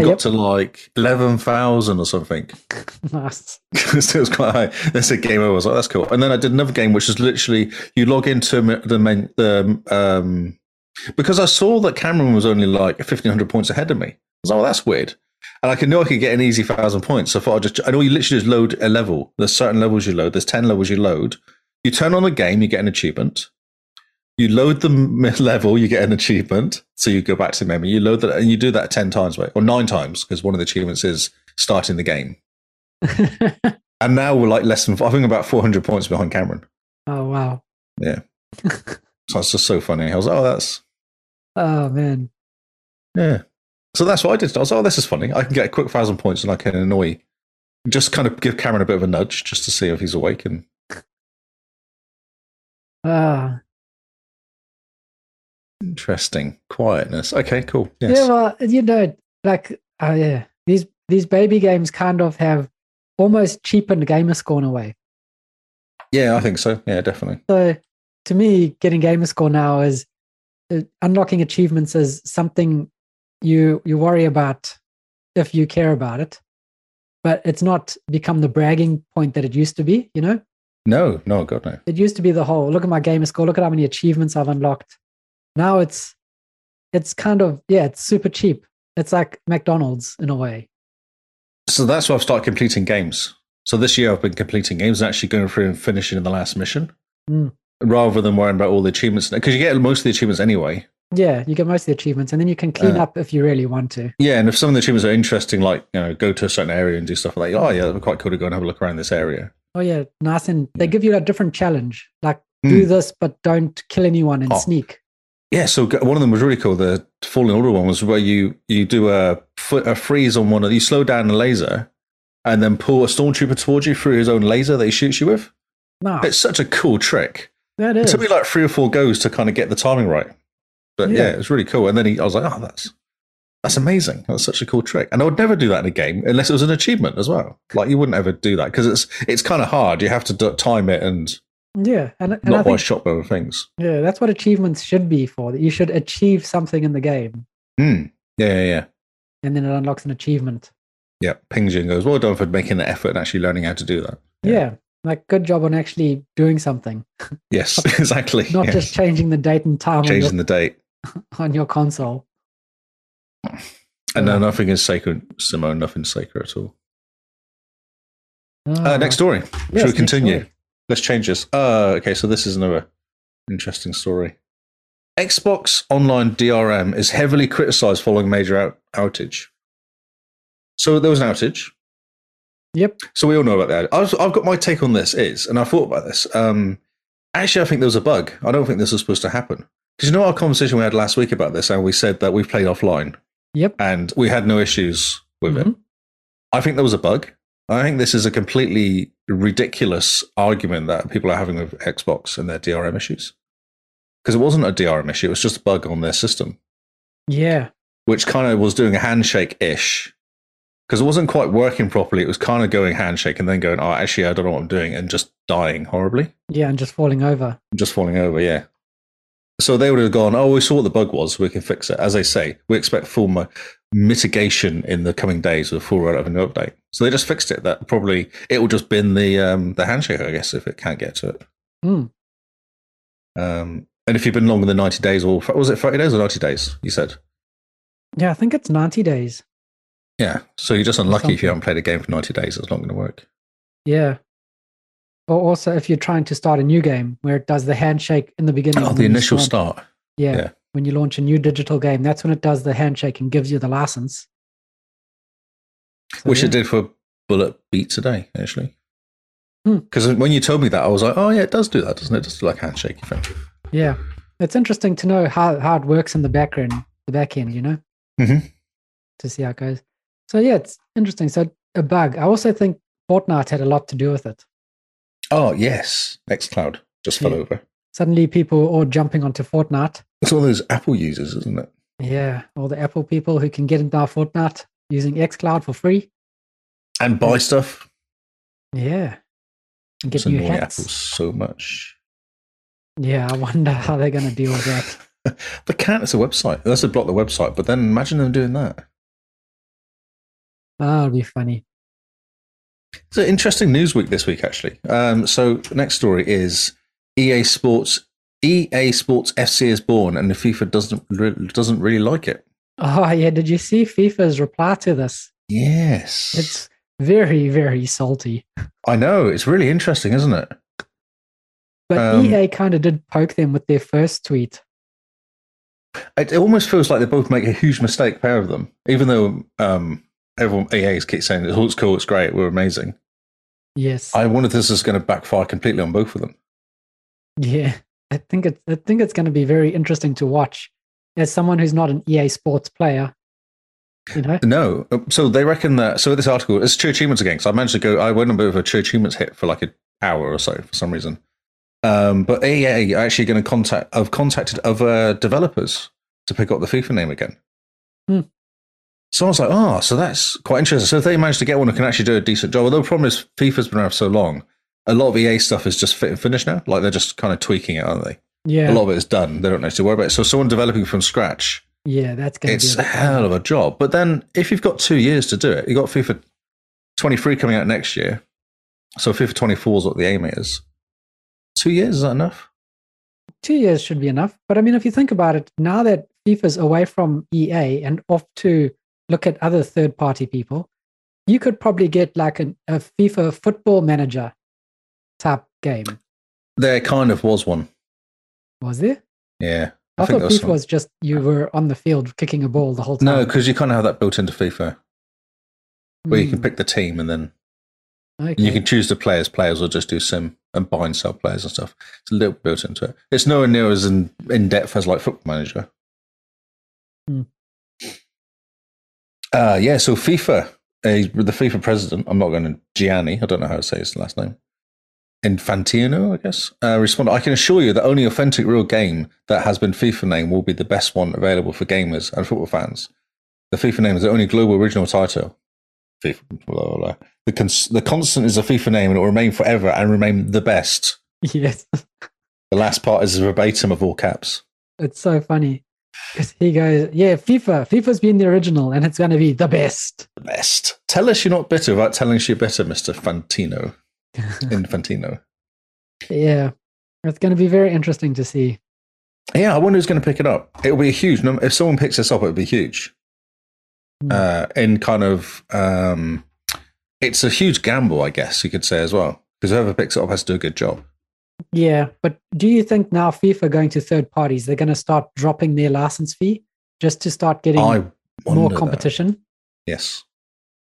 [SPEAKER 1] Ah,
[SPEAKER 2] got to like 11,000 or something.
[SPEAKER 1] Nice.
[SPEAKER 2] so it was quite high. That's a game I was like, that's cool. And then I did another game, which is literally you log into m- the main, the, um, because I saw that Cameron was only like 1,500 points ahead of me. I was like, well, that's weird. And I could know I could get an easy thousand points. So I thought I'd just, and all you literally just load a level. There's certain levels you load, there's 10 levels you load. You turn on the game, you get an achievement. You load the m- level, you get an achievement. So you go back to the memory, you load that, and you do that 10 times, right? Or nine times, because one of the achievements is starting the game. And now we're like less than, I think about 400 points behind Cameron.
[SPEAKER 1] oh wow.
[SPEAKER 2] So it's just so funny. I was like, oh, that's,
[SPEAKER 1] Oh man.
[SPEAKER 2] yeah. So that's what I did. I was like, oh, this is funny. I can get a quick thousand points and I can annoy, just kind of give Cameron a bit of a nudge just to see if he's awake. And
[SPEAKER 1] Ah.
[SPEAKER 2] interesting quietness. Okay, cool. Yes.
[SPEAKER 1] Yeah, well, you know, like, oh yeah, these these baby games kind of have almost cheapened Gamerscore in a way.
[SPEAKER 2] yeah, I think so. Yeah, definitely.
[SPEAKER 1] So, to me, getting Gamerscore now is uh, unlocking achievements is something you you worry about if you care about it, but it's not become the bragging point that it used to be. You know,
[SPEAKER 2] No, no, God, no.
[SPEAKER 1] it used to be the whole look at my gamer score look at how many achievements i've unlocked now it's it's kind of yeah it's super cheap it's like mcdonald's in a way
[SPEAKER 2] So that's why I've started completing games. So this year I've been completing games and actually going through and finishing the last mission
[SPEAKER 1] Mm.
[SPEAKER 2] rather than worrying about all the achievements. Because you get most of the achievements anyway.
[SPEAKER 1] yeah you get most of the achievements and then you can clean
[SPEAKER 2] Uh.
[SPEAKER 1] up if you really want to
[SPEAKER 2] Yeah, and if some of the achievements are interesting, like you know, go to a certain area and do stuff like, that, oh yeah, that'd be quite cool to go and have a look around this area.
[SPEAKER 1] oh yeah nice and they
[SPEAKER 2] Yeah. Hmm.
[SPEAKER 1] give you a different challenge like do this but don't kill anyone and
[SPEAKER 2] Oh.
[SPEAKER 1] sneak
[SPEAKER 2] Yeah, so go- one of them was really cool. The Fallen Order one was where you you do a fo- a freeze on one of you slow down a laser, and then pull a stormtrooper towards you through his own laser that he shoots you with.
[SPEAKER 1] no
[SPEAKER 2] It's such a cool trick.
[SPEAKER 1] that
[SPEAKER 2] It
[SPEAKER 1] is
[SPEAKER 2] took me like three or four goes to kind of get the timing right, but yeah,
[SPEAKER 1] Yeah.
[SPEAKER 2] it was really cool. And then he, I was like, oh, that's that's amazing. That's such a cool trick. And I would never do that in a game unless it was an achievement as well. Like you wouldn't ever do that because it's it's kind of hard. You have to do- time it and
[SPEAKER 1] yeah and, and i
[SPEAKER 2] not by
[SPEAKER 1] think
[SPEAKER 2] shot by other things.
[SPEAKER 1] yeah that's what achievements should be for that you should achieve something in the game
[SPEAKER 2] Hmm. Yeah, yeah, yeah.
[SPEAKER 1] and then it unlocks an achievement
[SPEAKER 2] Yeah, pings you and goes, well done for making the effort and actually learning how to do that. Yeah.
[SPEAKER 1] yeah like good job on actually doing something
[SPEAKER 2] Yes, exactly.
[SPEAKER 1] not
[SPEAKER 2] Yes.
[SPEAKER 1] just changing the date and time on your,
[SPEAKER 2] changing the date.
[SPEAKER 1] on your console.
[SPEAKER 2] And no,
[SPEAKER 1] Yeah.
[SPEAKER 2] nothing is sacred, Simone, nothing's sacred at all. Uh,
[SPEAKER 1] Ah,
[SPEAKER 2] next story.
[SPEAKER 1] yes,
[SPEAKER 2] Should we
[SPEAKER 1] next
[SPEAKER 2] continue?
[SPEAKER 1] story.
[SPEAKER 2] Let's change this. Uh, okay, so this is another interesting story. Xbox Online DRM is heavily criticized following major out- outage. So there was an outage.
[SPEAKER 1] Yep.
[SPEAKER 2] So we all know about that. I've, I've got my take on this is, and I thought about this. Um, actually, I think there was a bug. I don't think this was supposed to happen. Because you know our conversation we had last week about this, and we said that we've played offline
[SPEAKER 1] Yep.
[SPEAKER 2] and we had no issues with it.
[SPEAKER 1] Mhm.
[SPEAKER 2] I think there was a bug. I think this is a completely ridiculous argument that people are having with Xbox and their DRM issues. Because it wasn't a DRM issue, it was just a bug on their system,
[SPEAKER 1] Yeah.
[SPEAKER 2] which kind of was doing a handshake ish. Because it wasn't quite working properly. It was kind of going handshake and then going, oh, actually, I don't know what I'm doing, and just dying horribly,
[SPEAKER 1] Yeah. And just falling over.
[SPEAKER 2] just falling over. Yeah. So they would have gone, oh, we saw what the bug was. We can fix it. As they say, we expect full mi- mitigation in the coming days with a full rollout of a new update. So they just fixed it. That probably it will just bin the um, the handshake, I guess, if it can't get to it.
[SPEAKER 1] Hmm.
[SPEAKER 2] Um, and if you've been longer than ninety days, or was it thirty days or ninety days? You said,
[SPEAKER 1] Yeah. I think it's 90 days.
[SPEAKER 2] yeah. So you're just unlucky if
[SPEAKER 1] Something.
[SPEAKER 2] you haven't played a game for ninety days. It's not going to work.
[SPEAKER 1] Yeah. Or also if you're trying to start a new game where it does the handshake in the beginning.
[SPEAKER 2] Oh,
[SPEAKER 1] when
[SPEAKER 2] the
[SPEAKER 1] you
[SPEAKER 2] initial
[SPEAKER 1] start-
[SPEAKER 2] start.
[SPEAKER 1] Yeah,
[SPEAKER 2] yeah.
[SPEAKER 1] When you launch a new digital game, that's when it does the handshake and gives you the license. So,
[SPEAKER 2] which
[SPEAKER 1] yeah.
[SPEAKER 2] it did for Bullet Beat today, actually.
[SPEAKER 1] Hmm.
[SPEAKER 2] Because when you told me that, I was like, "Oh yeah, it does do that, doesn't it? It does do like handshake effect."
[SPEAKER 1] Yeah. It's interesting to know how, how it works in the background, the back end, you know?
[SPEAKER 2] Mhm.
[SPEAKER 1] To see how it goes. So yeah, it's interesting. So a bug. I also think Fortnite had a lot to do with it.
[SPEAKER 2] Oh yes, XCloud just fell
[SPEAKER 1] Yeah.
[SPEAKER 2] over.
[SPEAKER 1] Suddenly people were all jumping onto Fortnite.
[SPEAKER 2] It's all those Apple users, isn't it?
[SPEAKER 1] Yeah. All the Apple people who can get into our Fortnite using xCloud for free.
[SPEAKER 2] And buy stuff.
[SPEAKER 1] Yeah. And get
[SPEAKER 2] It's
[SPEAKER 1] new
[SPEAKER 2] annoying
[SPEAKER 1] hats.
[SPEAKER 2] Apple so much.
[SPEAKER 1] Yeah, I wonder how they're going to deal with that.
[SPEAKER 2] They can't. It's a website. That's to block the website. But then imagine them doing that.
[SPEAKER 1] That'll be funny.
[SPEAKER 2] It's an interesting news week this week, actually. Um, so the next story is EA Sports. EA Sports FC is born, and the FIFA doesn't re- doesn't really like it.
[SPEAKER 1] Oh yeah, did you see FIFA's reply to this?
[SPEAKER 2] Yes,
[SPEAKER 1] It's very, very salty.
[SPEAKER 2] I know. It's really interesting, isn't it?
[SPEAKER 1] But
[SPEAKER 2] Um,
[SPEAKER 1] EA kind of did poke them with their first tweet.
[SPEAKER 2] It, it almost feels like they both make a huge mistake, pair of them, even though um, everyone EA keeps saying, oh, it's cool, it's great, we're amazing.
[SPEAKER 1] Yes.
[SPEAKER 2] I wonder if this is going to backfire completely on both of them.
[SPEAKER 1] yeah. I think it's I think it's going to be very interesting to watch as someone who's not an EA Sports player. You know.
[SPEAKER 2] No. uh, So they reckon that, so this article, it's True Achievements again, because I managed to go, I went on a bit of a True Achievements hit for like an hour or so for some reason. Um, but EA are actually going to contact, have contacted other developers to pick up the FIFA name again.
[SPEAKER 1] Hmm.
[SPEAKER 2] So I was like, oh, so that's quite interesting. So if they manage to get one who can actually do a decent job, although the problem is FIFA's been around for so long, a lot of EA stuff is just fit and finished now. Like they're just kind of tweaking it, aren't they?
[SPEAKER 1] Yeah.
[SPEAKER 2] A lot of it is done. They don't need to worry about it. So someone developing from scratch
[SPEAKER 1] Yeah, that's going to be
[SPEAKER 2] it's
[SPEAKER 1] a
[SPEAKER 2] a
[SPEAKER 1] bit-
[SPEAKER 2] hell of a job. But then if you've got two years to do it, you've got FIFA 23 coming out next year. So FIFA 24 is what the aim is. Two years, is that enough?
[SPEAKER 1] 2 years should be enough. But I mean if you think about it, now that FIFA's away from EA and off to look at other third-party people, you could probably get like an, a FIFA football manager type game.
[SPEAKER 2] There kind of was one.
[SPEAKER 1] Was there?
[SPEAKER 2] Yeah.
[SPEAKER 1] I, thought
[SPEAKER 2] there
[SPEAKER 1] FIFA
[SPEAKER 2] some-
[SPEAKER 1] was just you were on the field kicking a ball the whole time.
[SPEAKER 2] No, because you kind of have that built into FIFA where you can
[SPEAKER 1] Hmm,
[SPEAKER 2] pick the team and then
[SPEAKER 1] okay.
[SPEAKER 2] you can choose the players. Players will just do sim and buy and sell players and stuff. It's a little built into it. It's nowhere near as in, in depth as like Football Manager.
[SPEAKER 1] Hmm.
[SPEAKER 2] Uh, yeah, so FIFA, uh, the FIFA president, I'm not going to Gianni, I don't know how to say his last name. Infantino, I guess, uh, responded. I can assure you that only authentic real game that has been FIFA name will be the best one available for gamers and football fans. The FIFA name is the only global original title. FIFA, blah, blah, blah. The, cons- the constant is a FIFA name and it will remain forever and remain the best.
[SPEAKER 1] Yes,
[SPEAKER 2] The last part is verbatim of all caps.
[SPEAKER 1] it's so funny because he goes, "Yeah, FIFA. FIFA's been the original, and it's going to be the best."
[SPEAKER 2] The best. Tell us you're not bitter without telling us you're bitter, Mr. Fantino. Infantino.
[SPEAKER 1] yeah, it's going to be very interesting to see.
[SPEAKER 2] Yeah, I wonder who's going to pick it up. It'll be a huge number. If someone picks this up, it'll be huge.
[SPEAKER 1] Hmm.
[SPEAKER 2] Uh, in kind of, um, it's a huge gamble, I guess you could say as well, because whoever picks it up has to do a good job.
[SPEAKER 1] Yeah, but do you think now FIFA going to third parties, they're going to start dropping their license fee just to start getting
[SPEAKER 2] I wonder
[SPEAKER 1] more
[SPEAKER 2] that.
[SPEAKER 1] competition?
[SPEAKER 2] Yes,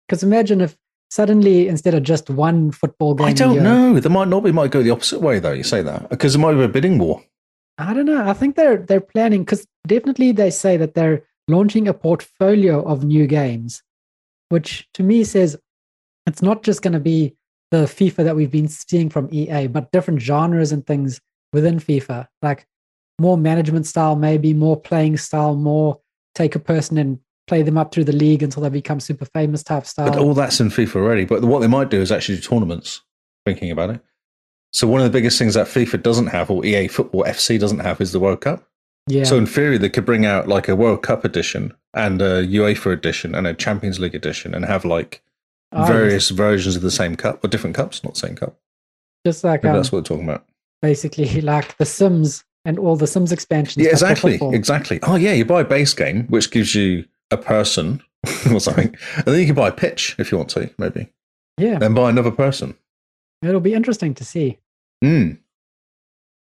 [SPEAKER 1] Because imagine if suddenly instead of just one football game,
[SPEAKER 2] I
[SPEAKER 1] a
[SPEAKER 2] don't
[SPEAKER 1] year-
[SPEAKER 2] know. There might not be. Might go the opposite way though. You say that because there might be a bidding war.
[SPEAKER 1] I don't know. I think they're they're planning because definitely they say that they're launching a portfolio of new games, which to me says it's not just going to be the FIFA that we've been seeing from EA, but different genres and things within FIFA, like more management style, maybe more playing style, more take a person and play them up through the league until they become super famous type style.
[SPEAKER 2] But all that's in FIFA already. But what they might do is actually do tournaments, thinking about it. So one of the biggest things that FIFA doesn't have, or EA Football FC doesn't have, is the World Cup.
[SPEAKER 1] yeah.
[SPEAKER 2] So in theory, they could bring out like a World Cup edition and a UEFA edition and a Champions League edition and have like
[SPEAKER 1] Oh,
[SPEAKER 2] various versions of the same cup or different cups, not the same cup.
[SPEAKER 1] just like
[SPEAKER 2] Maybe
[SPEAKER 1] um,
[SPEAKER 2] that's what they're talking about.
[SPEAKER 1] basically like the Sims and all the Sims expansions.
[SPEAKER 2] Yeah,
[SPEAKER 1] but for
[SPEAKER 2] exactly,
[SPEAKER 1] football.
[SPEAKER 2] exactly. Oh yeah, you buy a base game, which gives you a person or something, and then you can buy a pitch if you want to, maybe,
[SPEAKER 1] Yeah,
[SPEAKER 2] then buy another person.
[SPEAKER 1] it'll be interesting to see.
[SPEAKER 2] Mm.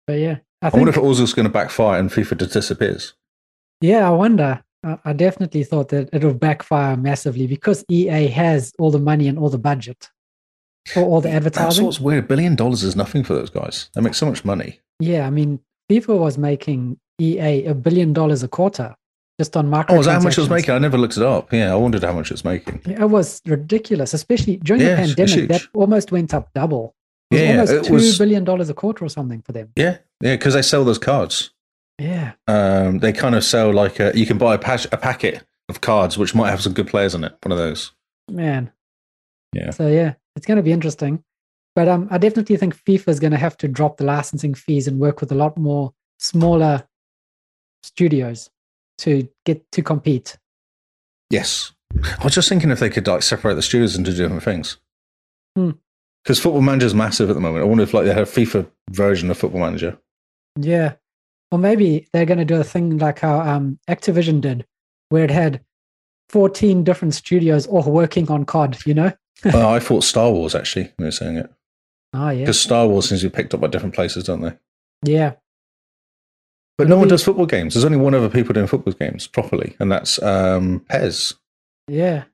[SPEAKER 1] But yeah, I
[SPEAKER 2] I,
[SPEAKER 1] think.
[SPEAKER 2] wonder if it also going to backfire and FIFA just disappears.
[SPEAKER 1] yeah, I wonder. I I definitely thought that it'll backfire massively because EA has all the money and all the budget for all the
[SPEAKER 2] That's
[SPEAKER 1] advertising.
[SPEAKER 2] what's weird. A billion dollars is nothing for those guys. They make so much money.
[SPEAKER 1] Yeah, I mean, FIFA was making EA a billion dollars a quarter just on micro.
[SPEAKER 2] Oh, is that how much it was making? I never looked it up. Yeah, I wondered how much it's making.
[SPEAKER 1] It was ridiculous, especially during
[SPEAKER 2] Yeah, it's-
[SPEAKER 1] the
[SPEAKER 2] it's
[SPEAKER 1] pandemic.
[SPEAKER 2] huge.
[SPEAKER 1] That almost went up double. It was
[SPEAKER 2] Yeah,
[SPEAKER 1] almost
[SPEAKER 2] it
[SPEAKER 1] two
[SPEAKER 2] was-
[SPEAKER 1] billion dollars a quarter or something for them.
[SPEAKER 2] Yeah, yeah, because they sell those cards.
[SPEAKER 1] Yeah,
[SPEAKER 2] Um, they kind of sell like a, you can buy a, patch, a packet of cards which might have some good players in it. One of those.
[SPEAKER 1] man.
[SPEAKER 2] Yeah.
[SPEAKER 1] So yeah, it's going to be interesting, but um, I definitely think FIFA is going to have to drop the licensing fees and work with a lot more smaller studios to get to compete.
[SPEAKER 2] Yes, I was just thinking if they could like separate the studios into different things.
[SPEAKER 1] Hmm.
[SPEAKER 2] Because Football Manager is massive at the moment. I wonder if like they had a FIFA version of Football Manager.
[SPEAKER 1] Yeah. Or maybe they're going to do a thing like how um, Activision did, where it had 14 different studios all working on COD, you know?
[SPEAKER 2] oh, I thought Star Wars actually. When you were saying it,
[SPEAKER 1] Oh, yeah.
[SPEAKER 2] because Star Wars seems to be picked up by different places, don't they?
[SPEAKER 1] Yeah.
[SPEAKER 2] But no one
[SPEAKER 1] Really?
[SPEAKER 2] does football games. There's only one other people doing football games properly, and that's um, Pez.
[SPEAKER 1] Yeah.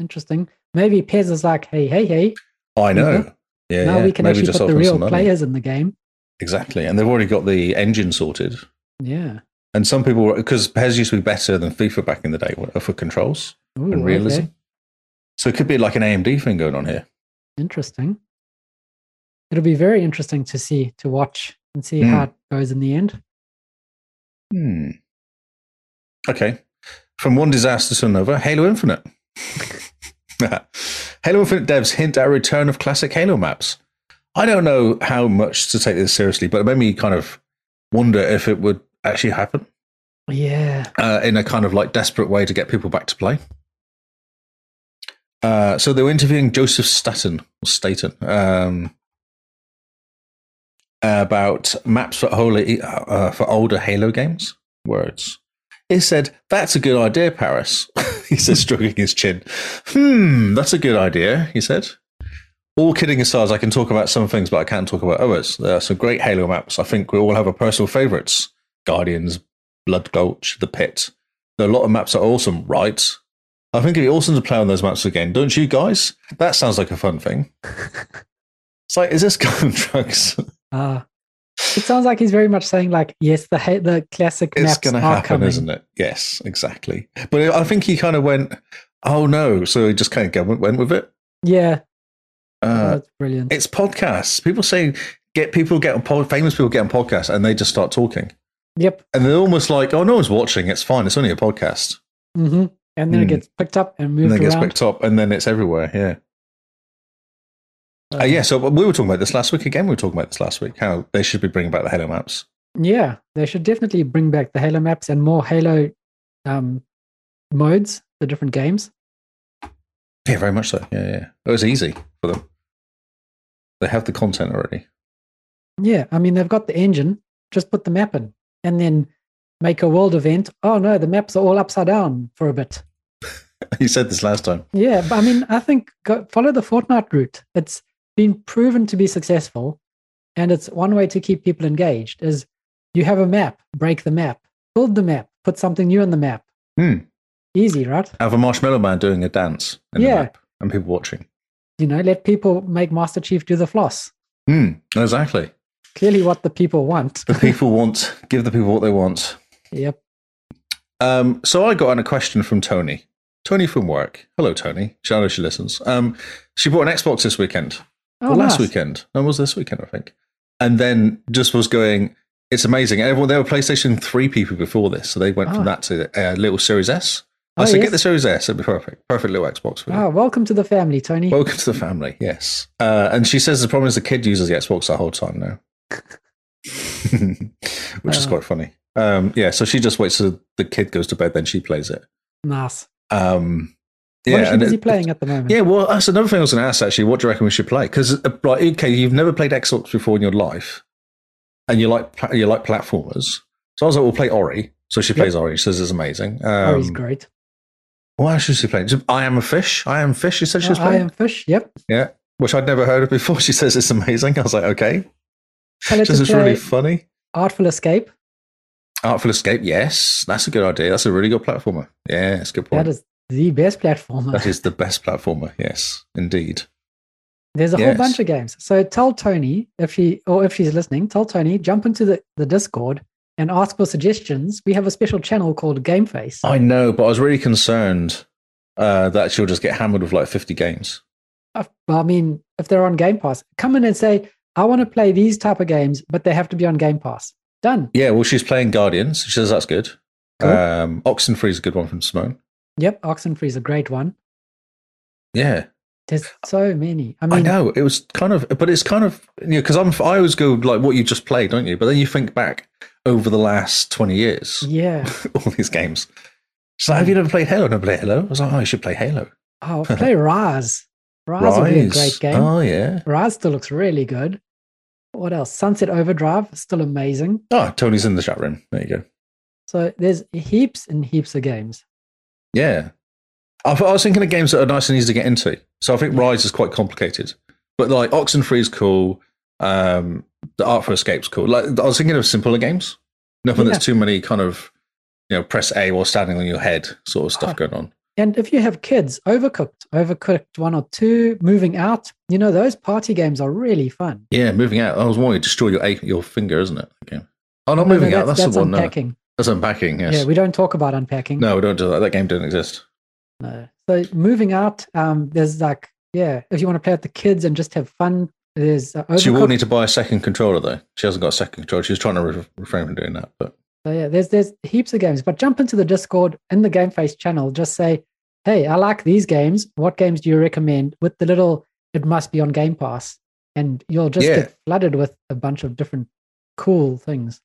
[SPEAKER 1] Interesting. Maybe Pez is like, hey, hey, hey,
[SPEAKER 2] I know.
[SPEAKER 1] Mhm.
[SPEAKER 2] Yeah,
[SPEAKER 1] now
[SPEAKER 2] yeah.
[SPEAKER 1] we can
[SPEAKER 2] Maybe
[SPEAKER 1] actually
[SPEAKER 2] just
[SPEAKER 1] put the
[SPEAKER 2] offer them
[SPEAKER 1] real
[SPEAKER 2] some money.
[SPEAKER 1] players in the game.
[SPEAKER 2] Exactly, and they've already got the engine sorted.
[SPEAKER 1] Yeah.
[SPEAKER 2] And some people, because Pez used to be better than FIFA back in the day for controls
[SPEAKER 1] Ooh,
[SPEAKER 2] and realism.
[SPEAKER 1] okay.
[SPEAKER 2] So it could be like an AMD thing going on here.
[SPEAKER 1] Interesting. It'll be very interesting to see, to watch and see how it goes in the end.
[SPEAKER 2] Hmm. Okay. From one disaster to another, Halo Infinite. Halo Infinite devs hint at a return of classic Halo maps. I don't know how much to take this seriously, but it made me kind of wonder if it would actually happen
[SPEAKER 1] Yeah.
[SPEAKER 2] uh, in a kind of like desperate way to get people back to play. Uh, so they were interviewing Joseph Staten or Staten um, about maps for holy, uh, for older Halo games. Words. He said, "That's a good idea, Paris." he said, stroking his chin. Hmm, that's a good idea. He said. All kidding aside, I can talk about some things, but I can't talk about others. There are some great Halo maps. I think we all have our personal favourites: Guardians, Blood Gulch, The Pit. There are a lot of maps that are awesome, right? I think it'd be awesome to play on those maps again, don't you guys? That sounds like a fun thing. it's like, is this guy on drugs?
[SPEAKER 1] Uh, it sounds like he's very much saying, like, yes, the, ha- the classic
[SPEAKER 2] It's
[SPEAKER 1] maps
[SPEAKER 2] going to
[SPEAKER 1] are
[SPEAKER 2] happen,
[SPEAKER 1] coming.
[SPEAKER 2] isn't it? Yes, exactly. But I think he kind of went, oh no. So he just kind of went, went with it.
[SPEAKER 1] Yeah. Oh,
[SPEAKER 2] Uh,
[SPEAKER 1] that's brilliant.
[SPEAKER 2] it's podcasts. People say, get people get on pod, famous people get on podcasts and they just start talking.
[SPEAKER 1] yep.
[SPEAKER 2] And they're almost like, oh, no one's watching. It's fine. It's only a podcast.
[SPEAKER 1] hmm And then
[SPEAKER 2] Mm.
[SPEAKER 1] it gets picked up and
[SPEAKER 2] and
[SPEAKER 1] moved
[SPEAKER 2] then it gets
[SPEAKER 1] around.
[SPEAKER 2] picked up and then it's everywhere. Yeah. Uh,
[SPEAKER 1] Um,
[SPEAKER 2] yeah, so we were talking about this last week. Again, we were talking about this last week. How they should be bringing back the Halo maps.
[SPEAKER 1] Yeah. They should definitely bring back the Halo maps and more Halo um, modes, the different games.
[SPEAKER 2] Yeah, very much so. Yeah, yeah. It was easy for them. They have the content already.
[SPEAKER 1] Yeah. I mean, they've got the engine, just put the map in and then make a world event. Oh, no, the maps are all upside down for a bit.
[SPEAKER 2] you said this last time.
[SPEAKER 1] Yeah. But I mean, I think go, follow the Fortnite route. It's been proven to be successful. And it's one way to keep people engaged is you have a map, break the map, build the map, put something new on the map.
[SPEAKER 2] Hmm.
[SPEAKER 1] Easy, right?
[SPEAKER 2] Have a marshmallow man doing a dance in
[SPEAKER 1] Yeah.
[SPEAKER 2] the map and people watching.
[SPEAKER 1] you know, let people make Master Chief do the floss.
[SPEAKER 2] Hmm. Exactly.
[SPEAKER 1] clearly what the people want.
[SPEAKER 2] The people want, give the people what they want.
[SPEAKER 1] Yep.
[SPEAKER 2] Um, so I got on a question from Tony. Tony from work. Hello, Tony. She, I know she listens. Um, she bought an Xbox this weekend.
[SPEAKER 1] Oh,
[SPEAKER 2] or last
[SPEAKER 1] nice.
[SPEAKER 2] weekend. No, it was this weekend, I think. And then just was going, it's amazing. Everyone, they were PlayStation 3 people before this. So they went
[SPEAKER 1] Ah.
[SPEAKER 2] from that to a little Series S. I
[SPEAKER 1] Oh,
[SPEAKER 2] said,
[SPEAKER 1] yes.
[SPEAKER 2] get the Series S. It'd be perfect. Perfect little Xbox for you.
[SPEAKER 1] Ah, welcome to the family, Tony.
[SPEAKER 2] Welcome to the family. Yes. Uh, and she says the problem is the kid uses the Xbox the whole time now, which is
[SPEAKER 1] Uh.
[SPEAKER 2] quite funny. Um, yeah. So she just waits till the kid goes to bed, then she plays it.
[SPEAKER 1] nice.
[SPEAKER 2] Um,
[SPEAKER 1] what is
[SPEAKER 2] yeah.
[SPEAKER 1] she
[SPEAKER 2] and
[SPEAKER 1] busy
[SPEAKER 2] it-
[SPEAKER 1] playing at the moment?
[SPEAKER 2] Yeah. Well, that's another thing I was going to ask actually. What do you reckon we should play? Because, like, okay, you've never played Xbox before in your life, and you like pla- you like platformers. So I was like, we'll play Ori. So she
[SPEAKER 1] Yep.
[SPEAKER 2] plays Ori. She says it's amazing.
[SPEAKER 1] oh, he's
[SPEAKER 2] Um,
[SPEAKER 1] great.
[SPEAKER 2] what else is she playing? I am a fish. I am fish. She said she was
[SPEAKER 1] Oh, I
[SPEAKER 2] playing.
[SPEAKER 1] am fish. Yep.
[SPEAKER 2] Yeah, which I'd never heard of before. She says it's amazing. I was like, okay,
[SPEAKER 1] Tell her
[SPEAKER 2] this
[SPEAKER 1] to
[SPEAKER 2] is
[SPEAKER 1] play
[SPEAKER 2] really funny.
[SPEAKER 1] Artful Escape.
[SPEAKER 2] Artful Escape, yes, that's a good idea. That's a really good platformer. Yeah, it's a good point.
[SPEAKER 1] That is the best platformer.
[SPEAKER 2] That is the best platformer. Yes, indeed.
[SPEAKER 1] There's a whole
[SPEAKER 2] Yes.
[SPEAKER 1] bunch of games. So tell Tony if she or if she's listening, tell Tony, jump into the, the Discord and ask for suggestions. We have a special channel called Game Face.
[SPEAKER 2] I know, but I was really concerned uh, that she'll just get hammered with like fifty games.
[SPEAKER 1] I, Uh, I mean, if they're on Game Pass, come in and say, I want to play these type of games, but they have to be on Game Pass. Done.
[SPEAKER 2] Yeah, well, she's playing Guardians. She says that's good.
[SPEAKER 1] Cool.
[SPEAKER 2] Um, Oxenfree is a good one from Simone.
[SPEAKER 1] Yep, Oxenfree is a great one.
[SPEAKER 2] Yeah,
[SPEAKER 1] There's so many. I
[SPEAKER 2] I,
[SPEAKER 1] mean,
[SPEAKER 2] know. It was kind of, but it's kind of you know because I'm I always go like what you just played, don't you? But then you think back over the last twenty years.
[SPEAKER 1] yeah.
[SPEAKER 2] all these games. She's like, have you never played Halo? Never played Halo. I was like, oh, you should play Halo.
[SPEAKER 1] Oh, play Raz. Raz would be a great
[SPEAKER 2] Rise.
[SPEAKER 1] game.
[SPEAKER 2] Oh yeah.
[SPEAKER 1] Raz still looks really good. What else? Sunset Overdrive, still amazing.
[SPEAKER 2] Oh, Tony's in the chat room. There you go.
[SPEAKER 1] So there's heaps and heaps of games.
[SPEAKER 2] Yeah. I, thought- I was thinking of games that are nice and easy to get into. So I think
[SPEAKER 1] Mm-hmm.
[SPEAKER 2] Rise is quite complicated, but like Oxenfree is cool. Um, the Art for Escape's cool. Like I was thinking of simpler games. Nothing
[SPEAKER 1] Yeah.
[SPEAKER 2] that's too many kind of you know press A while standing on your head sort of stuff
[SPEAKER 1] Huh.
[SPEAKER 2] going on.
[SPEAKER 1] And if you have kids, Overcooked, Overcooked one or two, Moving Out, you know, those party games are really fun.
[SPEAKER 2] Yeah, moving out. I was wanting to destroy your a- your finger, isn't it? Okay. Oh, not
[SPEAKER 1] No, no,
[SPEAKER 2] moving out. That's, the one. No,
[SPEAKER 1] unpacking.
[SPEAKER 2] that's unpacking. Yes.
[SPEAKER 1] Yeah, we don't talk about unpacking.
[SPEAKER 2] No, we don't do that. That game didn't exist.
[SPEAKER 1] No. So moving out, um, there's like, yeah, if you want to play with the kids and just have fun, there's uh,
[SPEAKER 2] She will
[SPEAKER 1] Overcooked.
[SPEAKER 2] need to buy a second controller though. She hasn't got a second controller. She was trying to re- refrain from doing that, but
[SPEAKER 1] So yeah, there's there's heaps of games. But jump into the Discord in the GameFace channel. Just say, hey, I like these games. What games do you recommend? With the little, it must be on Game Pass, and you'll just
[SPEAKER 2] Yeah.
[SPEAKER 1] get flooded with a bunch of different cool things.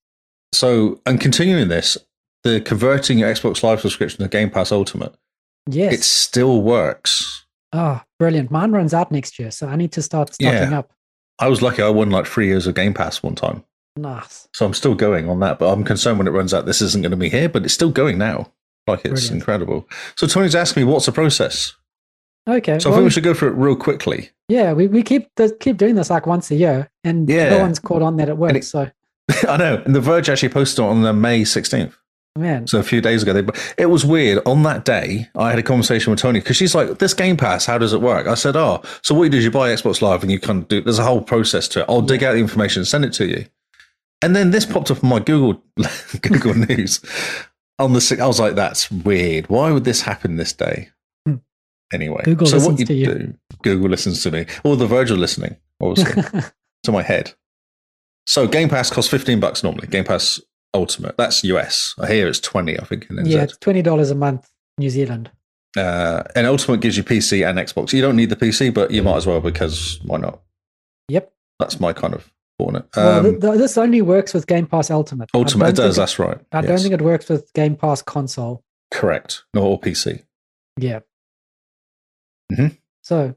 [SPEAKER 2] so and continuing this, the converting your Xbox Live subscription to Game Pass Ultimate,
[SPEAKER 1] Yes.
[SPEAKER 2] it still works.
[SPEAKER 1] oh, brilliant. Mine runs out next year, so I need to start stocking up.
[SPEAKER 2] I was lucky. I won like three years of Game Pass one time,
[SPEAKER 1] Nice.
[SPEAKER 2] so I'm still going on that. But I'm concerned when it runs out, this isn't going to be here. But it's still going now. Like it's
[SPEAKER 1] Brilliant.
[SPEAKER 2] incredible. So Tony's asking me, what's the process?
[SPEAKER 1] Okay.
[SPEAKER 2] So I
[SPEAKER 1] well,
[SPEAKER 2] think we should go through it real quickly.
[SPEAKER 1] yeah, we, we keep the, keep doing this like once a year, and no
[SPEAKER 2] Yeah.
[SPEAKER 1] one's caught on that it works.
[SPEAKER 2] it-
[SPEAKER 1] so
[SPEAKER 2] I know. And The Verge actually posted it on the May 16th.
[SPEAKER 1] man,
[SPEAKER 2] So a few days ago, they, it was weird. On that day, I had a conversation with Tony because she's like, "This Game Pass, how does it work?" I said, "Oh, so what you do is you buy Xbox Live and you kind of do. There's a whole process to it. I'll dig out the information and send it to you." And then this popped up on my Google Google News on the. si- I was like, "That's weird. Why would this happen this day?"
[SPEAKER 1] Hmm.
[SPEAKER 2] Anyway,
[SPEAKER 1] Google
[SPEAKER 2] so
[SPEAKER 1] listens
[SPEAKER 2] what you,
[SPEAKER 1] to you.
[SPEAKER 2] do? Google listens to me, or the Virgil listening, obviously to my head. So Game Pass costs fifteen bucks normally. Game Pass Ultimate, that's US. I hear it's twenty, I think. In NZ.
[SPEAKER 1] yeah, it's twenty dollars a month, New Zealand.
[SPEAKER 2] Uh, and Ultimate gives you PC and Xbox. You don't need the PC, but you might as well because why not?
[SPEAKER 1] Yep.
[SPEAKER 2] That's my kind of corner. Um,
[SPEAKER 1] Well, th- th- this only works with Game Pass Ultimate. I
[SPEAKER 2] Ultimate,
[SPEAKER 1] don't
[SPEAKER 2] it does.
[SPEAKER 1] think
[SPEAKER 2] That's right.
[SPEAKER 1] I don't
[SPEAKER 2] Yes.
[SPEAKER 1] think it works with Game Pass console.
[SPEAKER 2] correct. Not all PC.
[SPEAKER 1] Yeah.
[SPEAKER 2] Mhm.
[SPEAKER 1] So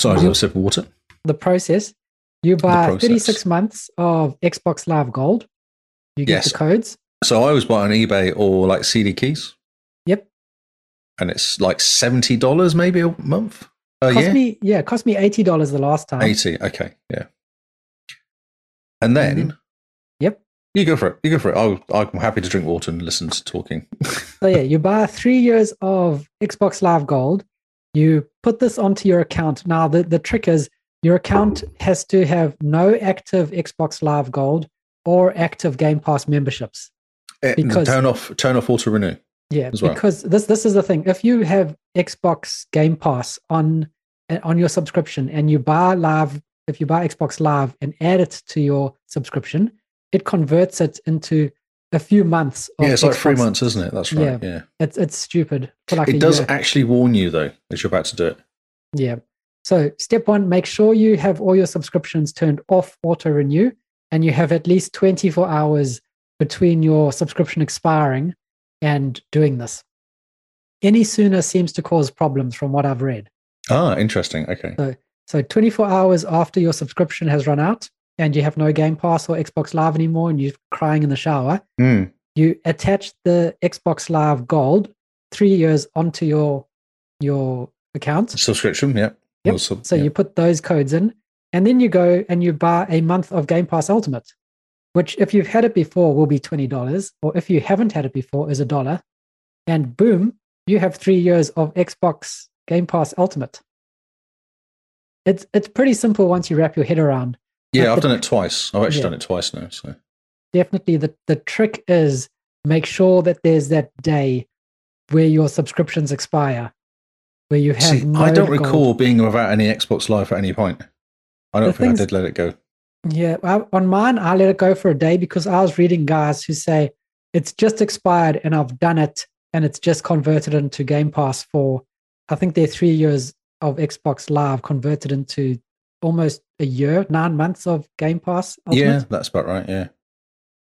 [SPEAKER 2] Sorry, a little sip of water.
[SPEAKER 1] the process, you buy
[SPEAKER 2] process.
[SPEAKER 1] 36 months of Xbox Live Gold. You get
[SPEAKER 2] Yes.
[SPEAKER 1] the codes.
[SPEAKER 2] So I always buy on eBay or like CD keys.
[SPEAKER 1] Yep.
[SPEAKER 2] And it's like seventy dollars maybe a month. A
[SPEAKER 1] cost
[SPEAKER 2] year?
[SPEAKER 1] me yeah, it cost me eighty dollars the last time.
[SPEAKER 2] 80 okay yeah and
[SPEAKER 1] then-
[SPEAKER 2] then,
[SPEAKER 1] Mm-hmm. Yep.
[SPEAKER 2] you go for it you go for it I'll, i'm happy to drink water and listen to talking
[SPEAKER 1] So yeah, you buy three years of Xbox Live Gold. You put this onto your account. Now the, the trick is Your account has to have no active Xbox Live Gold or active Game Pass memberships.
[SPEAKER 2] Eh,
[SPEAKER 1] Because-
[SPEAKER 2] turn off turn off auto renew.
[SPEAKER 1] Yeah,
[SPEAKER 2] As well.
[SPEAKER 1] because this this is the thing. If you have Xbox Game Pass on eh, on your subscription and you buy Live, if you buy Xbox Live and add it to your subscription, it converts it into a few months. Of
[SPEAKER 2] Yeah, it's like three
[SPEAKER 1] Xbox-
[SPEAKER 2] months, isn't it? That's right. Yeah,
[SPEAKER 1] It's it's stupid. For like a
[SPEAKER 2] it does
[SPEAKER 1] year.
[SPEAKER 2] actually warn you though that you're about to do it.
[SPEAKER 1] Yeah. So step one, make sure you have all your subscriptions turned off auto renew and you have at least 24 hours between your subscription expiring and doing this. Any sooner seems to cause problems from what I've read.
[SPEAKER 2] Ah, interesting. Okay.
[SPEAKER 1] So 24 hours after your subscription has run out and you have no Game Pass or Xbox Live anymore and you're crying in the shower,
[SPEAKER 2] Hmm.
[SPEAKER 1] you attach the Xbox Live Gold 3 years onto your your account
[SPEAKER 2] Subscription. Yeah.
[SPEAKER 1] Yep.
[SPEAKER 2] Or sub-
[SPEAKER 1] So
[SPEAKER 2] yeah.
[SPEAKER 1] you put those codes in, and then you go and you buy a month of Game Pass Ultimate, which if you've had it before will be twenty dollars, or if you haven't had it before is a dollar, and boom, you have three years of Xbox Game Pass Ultimate. It's it's pretty simple once you wrap your head around.
[SPEAKER 2] yeah,
[SPEAKER 1] like
[SPEAKER 2] I've
[SPEAKER 1] the-
[SPEAKER 2] done it twice. I've actually
[SPEAKER 1] Yeah.
[SPEAKER 2] done it twice now. So
[SPEAKER 1] Definitely, the the trick is make sure that there's that day where your subscriptions expire, where you have.
[SPEAKER 2] see,
[SPEAKER 1] no
[SPEAKER 2] I don't
[SPEAKER 1] gold.
[SPEAKER 2] recall being without any Xbox Live at any point. I don't
[SPEAKER 1] The
[SPEAKER 2] think I
[SPEAKER 1] thing's-
[SPEAKER 2] did let it go.
[SPEAKER 1] Yeah, I, on mine, I let it go for a day because I was reading guys who say it's just expired and I've done it and it's just converted into Game Pass for, I think their three years of Xbox Live converted into almost a year, nine months of Game Pass.
[SPEAKER 2] Yeah,
[SPEAKER 1] Ultimate.
[SPEAKER 2] that's about right. Yeah,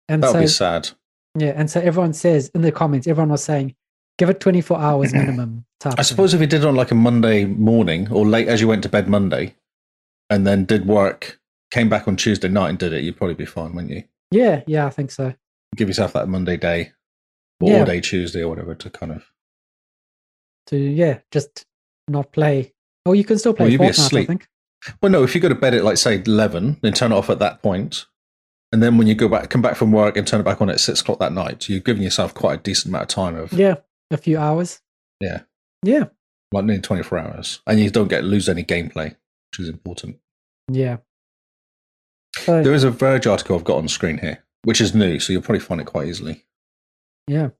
[SPEAKER 1] and
[SPEAKER 2] that would be
[SPEAKER 1] so
[SPEAKER 2] sad.
[SPEAKER 1] yeah, and so everyone says in the comments, everyone was saying, give it 24 hours minimum. Type
[SPEAKER 2] I
[SPEAKER 1] of thing.
[SPEAKER 2] suppose if you did it on like a Monday morning or late as you went to bed Monday, and then did work, came back on Tuesday night and did it, you'd probably be fine, wouldn't you?
[SPEAKER 1] Yeah, yeah, I think so.
[SPEAKER 2] Give yourself that Monday day or
[SPEAKER 1] Yeah.
[SPEAKER 2] all day Tuesday or whatever to kind of.
[SPEAKER 1] To yeah, just not play. Or you can still play
[SPEAKER 2] Well, you'd be
[SPEAKER 1] Fortnite, I
[SPEAKER 2] asleep.
[SPEAKER 1] think.
[SPEAKER 2] Well, no, if you go to bed at like say eleven, then turn it off at that point, and then when you go back, come back from work and turn it back on at six o'clock that night, you've given yourself quite a decent amount of time of
[SPEAKER 1] Yeah, a few hours.
[SPEAKER 2] Yeah.
[SPEAKER 1] Yeah.
[SPEAKER 2] like nearly twenty four hours, and you don't get lose any gameplay, which is important.
[SPEAKER 1] Yeah. So,
[SPEAKER 2] There is a Verge article I've got on screen here, which is new, so you'll probably find it quite easily.
[SPEAKER 1] and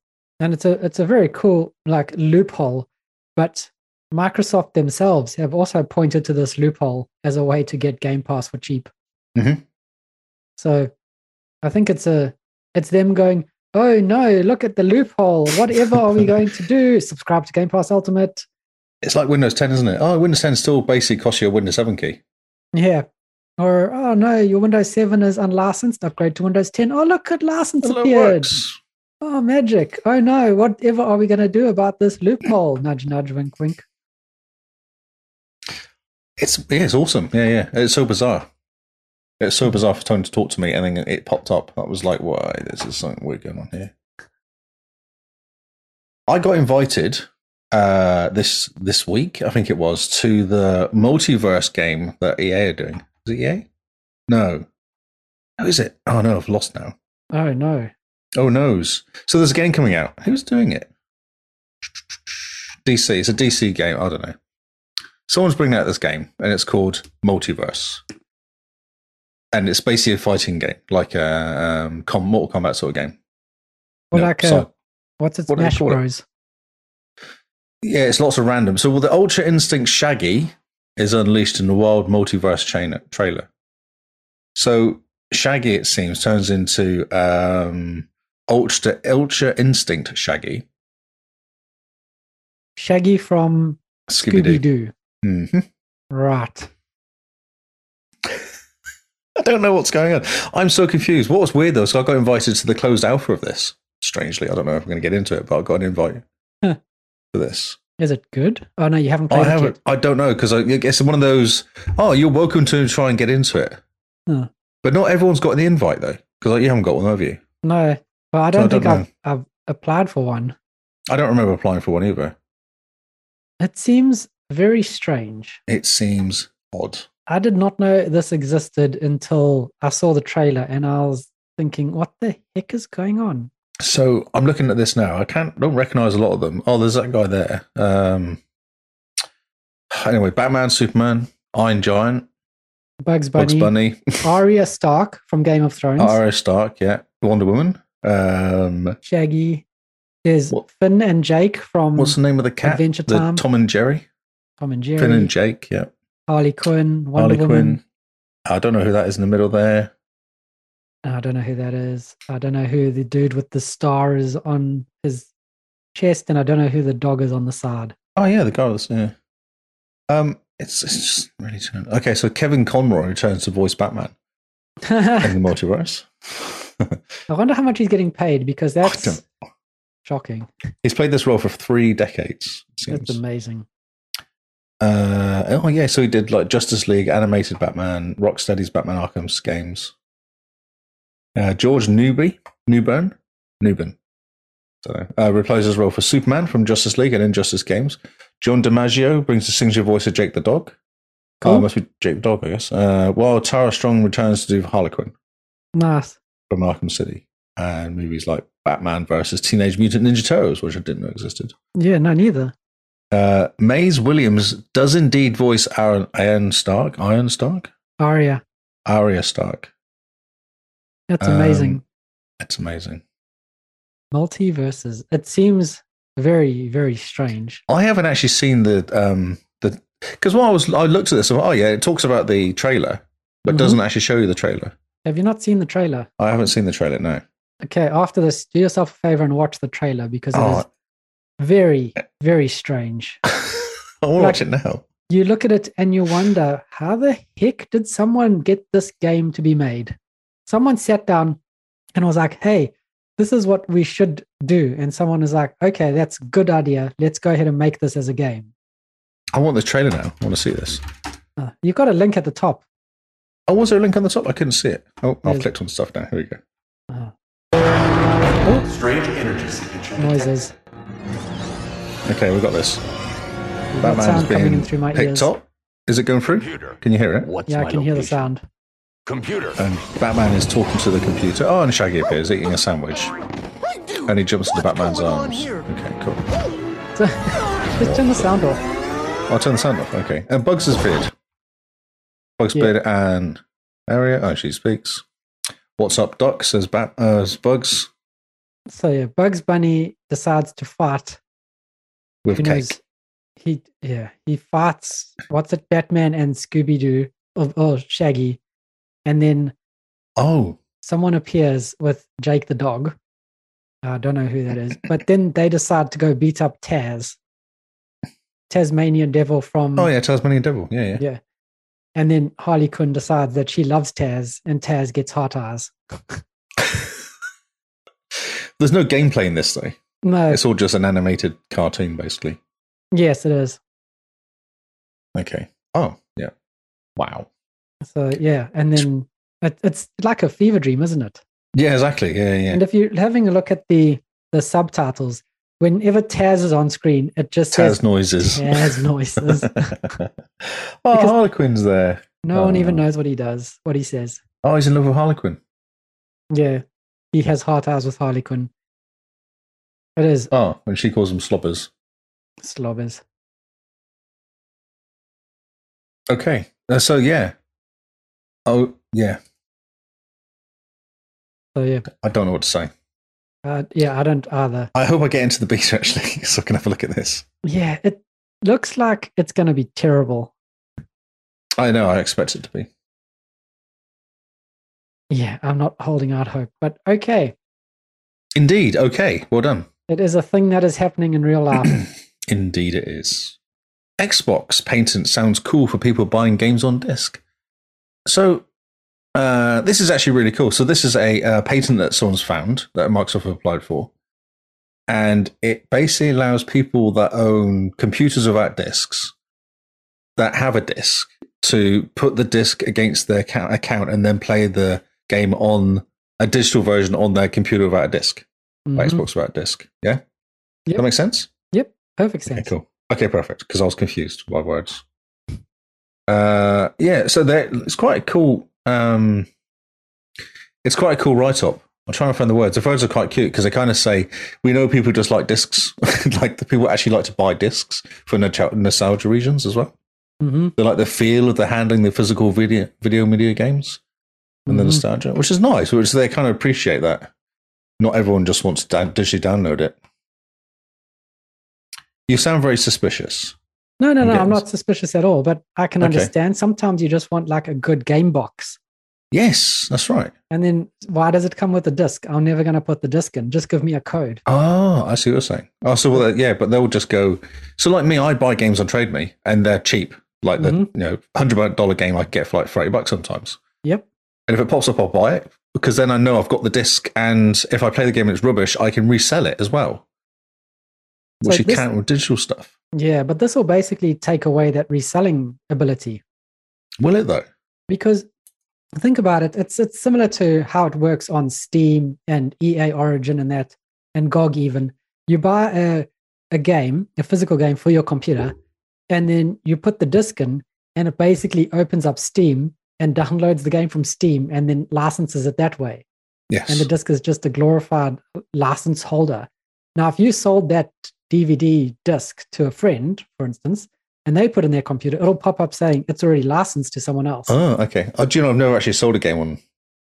[SPEAKER 1] it's a it's a very cool like loophole, but Microsoft themselves have also pointed to this loophole as a way to get Game Pass for cheap.
[SPEAKER 2] Mhm.
[SPEAKER 1] So I think it's a it's them going, oh no, look at the loophole. Whatever are we going to do? Subscribe to Game Pass Ultimate.
[SPEAKER 2] It's like Windows 10, isn't it? Oh, Windows 10 still basically costs you a Windows 7 key.
[SPEAKER 1] Yeah. Or oh no, your Windows 7 is unlicensed. Upgrade to Windows 10. Oh look, at license
[SPEAKER 2] Well, it
[SPEAKER 1] appeared.
[SPEAKER 2] works.
[SPEAKER 1] Oh, magic. Oh, no. Whatever are we going to do about this loophole? Nudge, nudge, wink, wink.
[SPEAKER 2] It's yeah, it's awesome. Yeah, yeah. It's so bizarre. It's so bizarre for Tony to talk to me, and then it popped up. I was like, "Why? This is something weird going on here." I got invited uh, this this week, I think it was, to the multiverse game that EA are doing. Is it EA? No. How is it? Oh no, I've lost now.
[SPEAKER 1] Oh, no.
[SPEAKER 2] Oh noes. So there's a game coming out. Who's doing it? DC. It's a DC game. I don't know. Someone's bringing out this game, and it's called Multiverse. And it's basically a fighting game, like a um, com- Mortal Kombat sort of game.
[SPEAKER 1] Or
[SPEAKER 2] No,
[SPEAKER 1] like a,
[SPEAKER 2] sorry.
[SPEAKER 1] what's it,
[SPEAKER 2] what do they
[SPEAKER 1] Smash
[SPEAKER 2] call it?
[SPEAKER 1] Bros?
[SPEAKER 2] yeah, it's lots of random. So, well, the Ultra Instinct Shaggy is unleashed in the wild multiverse chain- trailer. So, Shaggy, it seems, turns into um, Ultra Ultra Instinct Shaggy.
[SPEAKER 1] Shaggy from Scooby
[SPEAKER 2] Scooby Doo.
[SPEAKER 1] Doo.
[SPEAKER 2] Mhm.
[SPEAKER 1] Right.
[SPEAKER 2] I don't know what's going on. I'm so confused. What was weird though, so I got invited to the closed alpha of this. Strangely, I don't know if I'm going to get into it, but I got an invite
[SPEAKER 1] Huh.
[SPEAKER 2] for this.
[SPEAKER 1] Is it good? Oh, no, you haven't
[SPEAKER 2] I
[SPEAKER 1] played it
[SPEAKER 2] haven't.
[SPEAKER 1] yet.
[SPEAKER 2] I don't know because it's one of those. Oh, you're welcome to try and get into it,
[SPEAKER 1] Huh.
[SPEAKER 2] but not everyone's got the invite though. Because like, you haven't got one, have you?
[SPEAKER 1] No. Well, I
[SPEAKER 2] So I
[SPEAKER 1] don't
[SPEAKER 2] don't
[SPEAKER 1] think I've, I've applied for one.
[SPEAKER 2] I don't remember applying for one either.
[SPEAKER 1] It seems very strange.
[SPEAKER 2] It seems odd.
[SPEAKER 1] I did not know this existed until I saw the trailer and I was thinking, what the heck is going on?
[SPEAKER 2] So I'm looking at this now. I can't don't recognize a lot of them. Oh, there's that guy there. Um, anyway, Batman, Superman, Iron Giant,
[SPEAKER 1] Bugs
[SPEAKER 2] Bugs
[SPEAKER 1] Bunny,
[SPEAKER 2] Bunny,
[SPEAKER 1] Arya Stark from Game of Thrones,
[SPEAKER 2] Arya Stark, yeah, Wonder Woman. Um,
[SPEAKER 1] Shaggy. There's
[SPEAKER 2] What-
[SPEAKER 1] Finn and Jake from
[SPEAKER 2] what's the name of the cat?
[SPEAKER 1] Mm. Adventure
[SPEAKER 2] the
[SPEAKER 1] Time.
[SPEAKER 2] Tom and Jerry,
[SPEAKER 1] Tom and Jerry,
[SPEAKER 2] Finn and Jake, yeah.
[SPEAKER 1] Harley Quinn, Wonder
[SPEAKER 2] Harley
[SPEAKER 1] Woman.
[SPEAKER 2] Quinn. I don't know who that is in the middle there.
[SPEAKER 1] I don't know who that is. I don't know who the dude with the star is on his chest, and I don't know who the dog is on the side.
[SPEAKER 2] Oh yeah, the guy was yeah. Um, it's it's just really turned. Okay, so Kevin Conroy returns to voice Batman
[SPEAKER 1] I
[SPEAKER 2] in the multiverse.
[SPEAKER 1] wonder how much he's getting paid because
[SPEAKER 2] I
[SPEAKER 1] that's
[SPEAKER 2] don't-
[SPEAKER 1] shocking.
[SPEAKER 2] He's played this role for three decades. It seems.
[SPEAKER 1] That's amazing.
[SPEAKER 2] Uh, oh yeah, so he did like Justice League, animated Batman, Rocksteady's Batman Arkham's games. Uh, George Newby, Newburn, Newburn. So uh, replays his role for Superman from Justice League and Injustice Games. John DiMaggio brings the signature voice of Jake the Dog.
[SPEAKER 1] Cool.
[SPEAKER 2] Oh, it must be Jake the Dog, I guess. Uh, while Tara Strong returns to do Harlequin
[SPEAKER 1] Nice.
[SPEAKER 2] from Arkham City, and movies like Batman versus Teenage Mutant Ninja Turtles, which I didn't know existed.
[SPEAKER 1] Yeah, no, neither.
[SPEAKER 2] Uh, Maze Williams does indeed voice Aaron, Iron Stark, Iron Stark,
[SPEAKER 1] Aria.
[SPEAKER 2] Arya Stark.
[SPEAKER 1] That's
[SPEAKER 2] Um,
[SPEAKER 1] amazing.
[SPEAKER 2] That's amazing.
[SPEAKER 1] Multiverses. It seems very, very strange.
[SPEAKER 2] I haven't actually seen the um the because while I was I looked at this, I thought, oh yeah, it talks about the trailer, but
[SPEAKER 1] Mhm.
[SPEAKER 2] doesn't actually show you the trailer.
[SPEAKER 1] Have you not seen the trailer?
[SPEAKER 2] I haven't seen the trailer. No.
[SPEAKER 1] Okay, after this, do yourself a favor and watch the trailer because it is
[SPEAKER 2] Oh.
[SPEAKER 1] very, very strange.
[SPEAKER 2] I want to
[SPEAKER 1] Like-
[SPEAKER 2] watch it now.
[SPEAKER 1] you look at it and you wonder how the heck did someone get this game to be made someone sat down and was like hey this is what we should do and someone was like okay that's a good idea let's go ahead and make this as a game
[SPEAKER 2] I want the trailer now. I want to see this.
[SPEAKER 1] Uh, you've got a link at the top
[SPEAKER 2] Oh, was there a link on the top? I couldn't see it. Oh, I've
[SPEAKER 1] Yes.
[SPEAKER 2] clicked on stuff now. Here we go.
[SPEAKER 1] uh,
[SPEAKER 3] Strange energy signature.
[SPEAKER 1] noises
[SPEAKER 2] Okay, we got this.
[SPEAKER 1] You've got
[SPEAKER 2] Batman's
[SPEAKER 1] sound coming in
[SPEAKER 2] being
[SPEAKER 1] through my
[SPEAKER 2] picked
[SPEAKER 1] ears
[SPEAKER 2] up. Is it going through?
[SPEAKER 3] Computer.
[SPEAKER 2] Can you hear it?
[SPEAKER 3] What's
[SPEAKER 1] yeah i
[SPEAKER 3] my
[SPEAKER 1] can hear the
[SPEAKER 3] location?
[SPEAKER 1] sound
[SPEAKER 3] Computer.
[SPEAKER 2] And Batman is talking to the computer. Oh, and Shaggy appears eating a sandwich. And he jumps into Batman's arms. Okay, cool.
[SPEAKER 1] so just turn the sound off
[SPEAKER 2] I'll turn the sound off. Okay. And Bugs has appeared. Bugs
[SPEAKER 1] Yeah.
[SPEAKER 2] appeared and Aria. Oh, she speaks. What's up, Doc? Says Bat- uh, says Bugs
[SPEAKER 1] so yeah bugs bunny decides to fight
[SPEAKER 2] with
[SPEAKER 1] Who knows?
[SPEAKER 2] cake.
[SPEAKER 1] He yeah, he fights what's it, Batman and Scooby Doo or, or Shaggy, and then
[SPEAKER 2] Oh,
[SPEAKER 1] someone appears with Jake the dog. I don't know who that is, but then they decide to go beat up Taz, Tasmanian Devil from,
[SPEAKER 2] oh yeah, Tasmanian Devil. Yeah, yeah.
[SPEAKER 1] yeah. And then Harley Quinn decides that she loves Taz, and Taz gets hot eyes.
[SPEAKER 2] There's no gameplay in this though.
[SPEAKER 1] No,
[SPEAKER 2] It's all just an animated cartoon, basically.
[SPEAKER 1] yes, it is.
[SPEAKER 2] Okay. Oh, yeah. Wow.
[SPEAKER 1] So yeah, and then it, it's like a fever dream, isn't it?
[SPEAKER 2] Yeah, exactly. Yeah, yeah.
[SPEAKER 1] And if you're having a look at the the subtitles, whenever Taz is on screen, it just
[SPEAKER 2] Taz
[SPEAKER 1] says
[SPEAKER 2] noises.
[SPEAKER 1] Taz noises.
[SPEAKER 2] oh,
[SPEAKER 1] Because-
[SPEAKER 2] Harlequin's there.
[SPEAKER 1] No one even
[SPEAKER 2] Oh.
[SPEAKER 1] knows what he does, what he says.
[SPEAKER 2] Oh, he's in love with Harlequin.
[SPEAKER 1] Yeah, he has heart eyes with Harley Quinn. It is
[SPEAKER 2] Oh, and she calls him slobbers.
[SPEAKER 1] slobbers.
[SPEAKER 2] Okay. Uh, so, yeah. Oh, yeah.
[SPEAKER 1] So yeah,
[SPEAKER 2] I don't know what to say.
[SPEAKER 1] uh, yeah, I don't either.
[SPEAKER 2] I hope I get into the beta actually, so I can have a look at this.
[SPEAKER 1] Yeah, it looks like it's going to be terrible.
[SPEAKER 2] I know, I expect it to be.
[SPEAKER 1] Yeah, I'm not holding out hope, but okay,
[SPEAKER 2] Indeed. Okay. Well done.
[SPEAKER 1] it is a thing that is happening in real life.
[SPEAKER 2] Indeed, it is. Xbox patent sounds cool for people buying games on disc. So, uh, this is actually really cool. So, this is a uh, patent that someone's found that Microsoft applied for. And it basically allows people that own computers without discs that have a disc to put the disc against their account, account and then play the game on a digital version on their computer without a disk
[SPEAKER 1] Mhm,
[SPEAKER 2] Xbox without a disc. Yeah?
[SPEAKER 1] Yep.
[SPEAKER 2] That makes sense?
[SPEAKER 1] Perfect
[SPEAKER 2] Okay,
[SPEAKER 1] sense.
[SPEAKER 2] cool. Okay, perfect. Because I was confused by words. Uh, yeah. So there, it's quite a cool. Um, it's quite a cool write-up. I'm trying to find the words. The words are quite cute because they kind of say we know people just like discs, like the people actually like to buy discs for nostal- nostalgia reasons as well.
[SPEAKER 1] hmm
[SPEAKER 2] They like the feel of the handling the physical video video media games and the
[SPEAKER 1] Mhm.
[SPEAKER 2] nostalgia, which is nice. Which they kind of appreciate that. Not everyone just wants to down- digitally download it. You sound very suspicious.
[SPEAKER 1] No, no,
[SPEAKER 2] and
[SPEAKER 1] no. I'm
[SPEAKER 2] games.
[SPEAKER 1] not suspicious at all, but I can
[SPEAKER 2] Okay.
[SPEAKER 1] understand. Sometimes you just want like a good game box.
[SPEAKER 2] Yes, that's right.
[SPEAKER 1] And then why does it come with a disc? I'm never going to put the disc in. Just give me a code.
[SPEAKER 2] Ah, I see what you're saying. Oh, so well, yeah, but they'll just go. So, like me, I buy games on Trade Me, and they're cheap. Like the
[SPEAKER 1] Mhm.
[SPEAKER 2] you know hundred dollar game I get for like thirty bucks sometimes.
[SPEAKER 1] Yep.
[SPEAKER 2] And if it pops up, I'll buy it because then I know I've got the disc. And if I play the game and it's rubbish, I can resell it as well,
[SPEAKER 1] So
[SPEAKER 2] which you
[SPEAKER 1] this-
[SPEAKER 2] can't with digital stuff.
[SPEAKER 1] Yeah, but this will basically take away that reselling ability
[SPEAKER 2] Will it though?
[SPEAKER 1] because think about it. It's it's similar to how it works on Steam and EA Origin and that and GOG even. You buy a a game, a physical game for your computer, and then you put the disc in, and it basically opens up Steam and downloads the game from Steam and then licenses it that way.
[SPEAKER 2] Yes.
[SPEAKER 1] and the disc is just a glorified license holder. Now, if you sold that DVD disc to a friend, for instance, and they put in their computer, it'll pop up saying it's already licensed to someone else.
[SPEAKER 2] oh, okay. Oh, do you know I've never actually sold a game on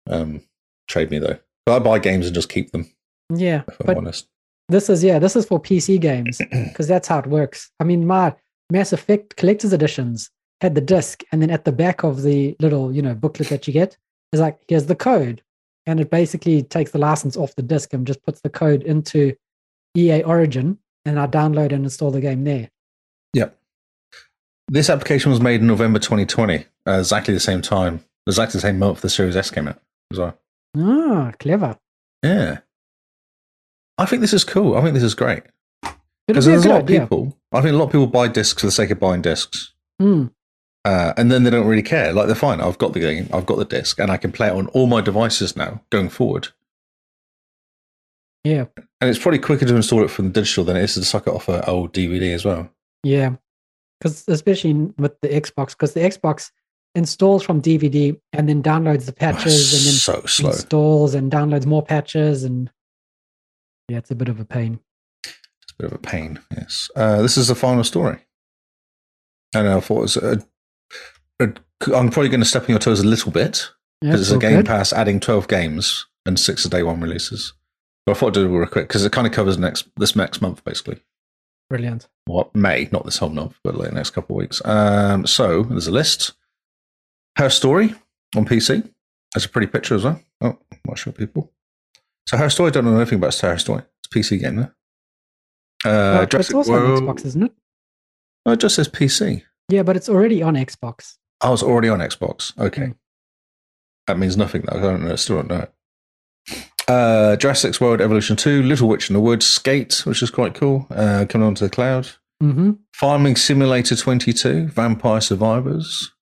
[SPEAKER 2] um, Trade Me though. But I buy games and just keep them.
[SPEAKER 1] Yeah,
[SPEAKER 2] If I'm
[SPEAKER 1] but
[SPEAKER 2] honest.
[SPEAKER 1] this is yeah, this is for PC games because that's how it works. I mean, my Mass Effect collector's editions had the disc, and then at the back of the little you know booklet that you get is like here's the code, and it basically takes the license off the disc and just puts the code into EA Origin, and I download and install the game there.
[SPEAKER 2] This application was made in November 2020, uh, exactly the same time, exactly the same month the Series S came out as well.
[SPEAKER 1] Ah, clever.
[SPEAKER 2] Yeah. I think this is cool. I think this is great.
[SPEAKER 1] It'll
[SPEAKER 2] Because
[SPEAKER 1] be a
[SPEAKER 2] there's
[SPEAKER 1] good
[SPEAKER 2] a lot of
[SPEAKER 1] idea.
[SPEAKER 2] people, I think a lot of people buy discs for the sake of buying discs.
[SPEAKER 1] Mm,
[SPEAKER 2] Uh, and then they don't really care. Like, they're fine. I've got the game, I've got the disc, and I can play it on all my devices now going forward.
[SPEAKER 1] yeah,
[SPEAKER 2] And it's probably quicker to install it from digital than it is to suck it off an old DVD as well.
[SPEAKER 1] yeah. Because especially in- with the Xbox, because the Xbox installs from DVD and then downloads the
[SPEAKER 2] Oh,
[SPEAKER 1] patches and then
[SPEAKER 2] so slow.
[SPEAKER 1] installs and downloads more patches and yeah, it's a bit of a pain.
[SPEAKER 2] It's a bit of a pain. Yes. Uh, this is the final story. And I thought it was a, a, I'm probably going to step on your toes a little bit
[SPEAKER 1] Yeah,
[SPEAKER 2] because it's a
[SPEAKER 1] all
[SPEAKER 2] Game
[SPEAKER 1] good.
[SPEAKER 2] Pass adding 12 games and six a day one releases. But I thought I'd do it real quick because it kind of covers next this next month basically.
[SPEAKER 1] Brilliant.
[SPEAKER 2] What May, not this whole month, but like the next couple of weeks. Um, so there's a list. Her story on PC. That's a pretty picture as well. Oh, I'm not sure people. So her story. I don't know anything about her story. It's a PC game though.
[SPEAKER 1] Well,
[SPEAKER 2] Uh,
[SPEAKER 1] but it's
[SPEAKER 2] Jurassic
[SPEAKER 1] also
[SPEAKER 2] World.
[SPEAKER 1] on Xbox, isn't it?
[SPEAKER 2] No, it just says PC.
[SPEAKER 1] Yeah, but it's already on Xbox.
[SPEAKER 2] I was already on Xbox. Okay.
[SPEAKER 1] Mm.
[SPEAKER 2] That means nothing, though. I don't know. I still don't know it. Uh, Jurassic World Evolution 2, Little Witch in the Woods, Skate, which is quite cool, uh, coming onto the cloud.
[SPEAKER 1] Mm-hmm.
[SPEAKER 2] Farming Simulator 22, Vampire Survivors,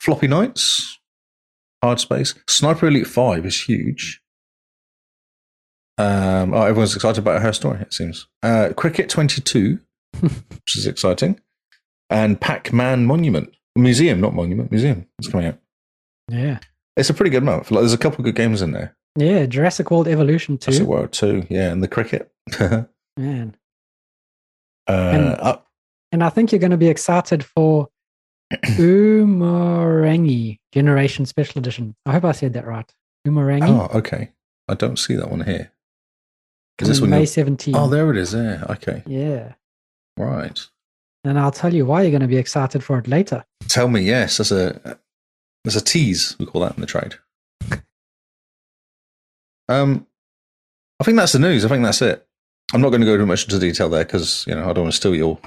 [SPEAKER 2] Floppy Knights, Hard Space, Sniper Elite 5 is huge. Um, oh, everyone's excited about her story, it seems. Uh, Cricket 22, which is exciting, and Pac Man Monument, Museum, not Monument, Museum is coming out.
[SPEAKER 1] Yeah.
[SPEAKER 2] It's a pretty good month. Like, there's a couple good games in there.
[SPEAKER 1] Yeah, Jurassic World Evolution
[SPEAKER 2] Jurassic
[SPEAKER 1] 2.
[SPEAKER 2] World 2, yeah, and the Cricket. uh,
[SPEAKER 1] Man. And-
[SPEAKER 2] up-
[SPEAKER 1] And I think you're going to be excited for Umarangi Generation Special Edition. I hope I said that right. Umarangi.
[SPEAKER 2] oh, okay. I don't see that one here. Is this
[SPEAKER 1] coming
[SPEAKER 2] one
[SPEAKER 1] May
[SPEAKER 2] you're-
[SPEAKER 1] 17.
[SPEAKER 2] Oh, there it is. There. Okay.
[SPEAKER 1] Yeah.
[SPEAKER 2] Right.
[SPEAKER 1] And I'll tell you why you're going to be excited for it later.
[SPEAKER 2] Tell me, yes. That's a that's a tease. We call that in the trade. Um, I think that's the news. I think that's it. I'm not going to go too much into detail there because you know I don't want to steal your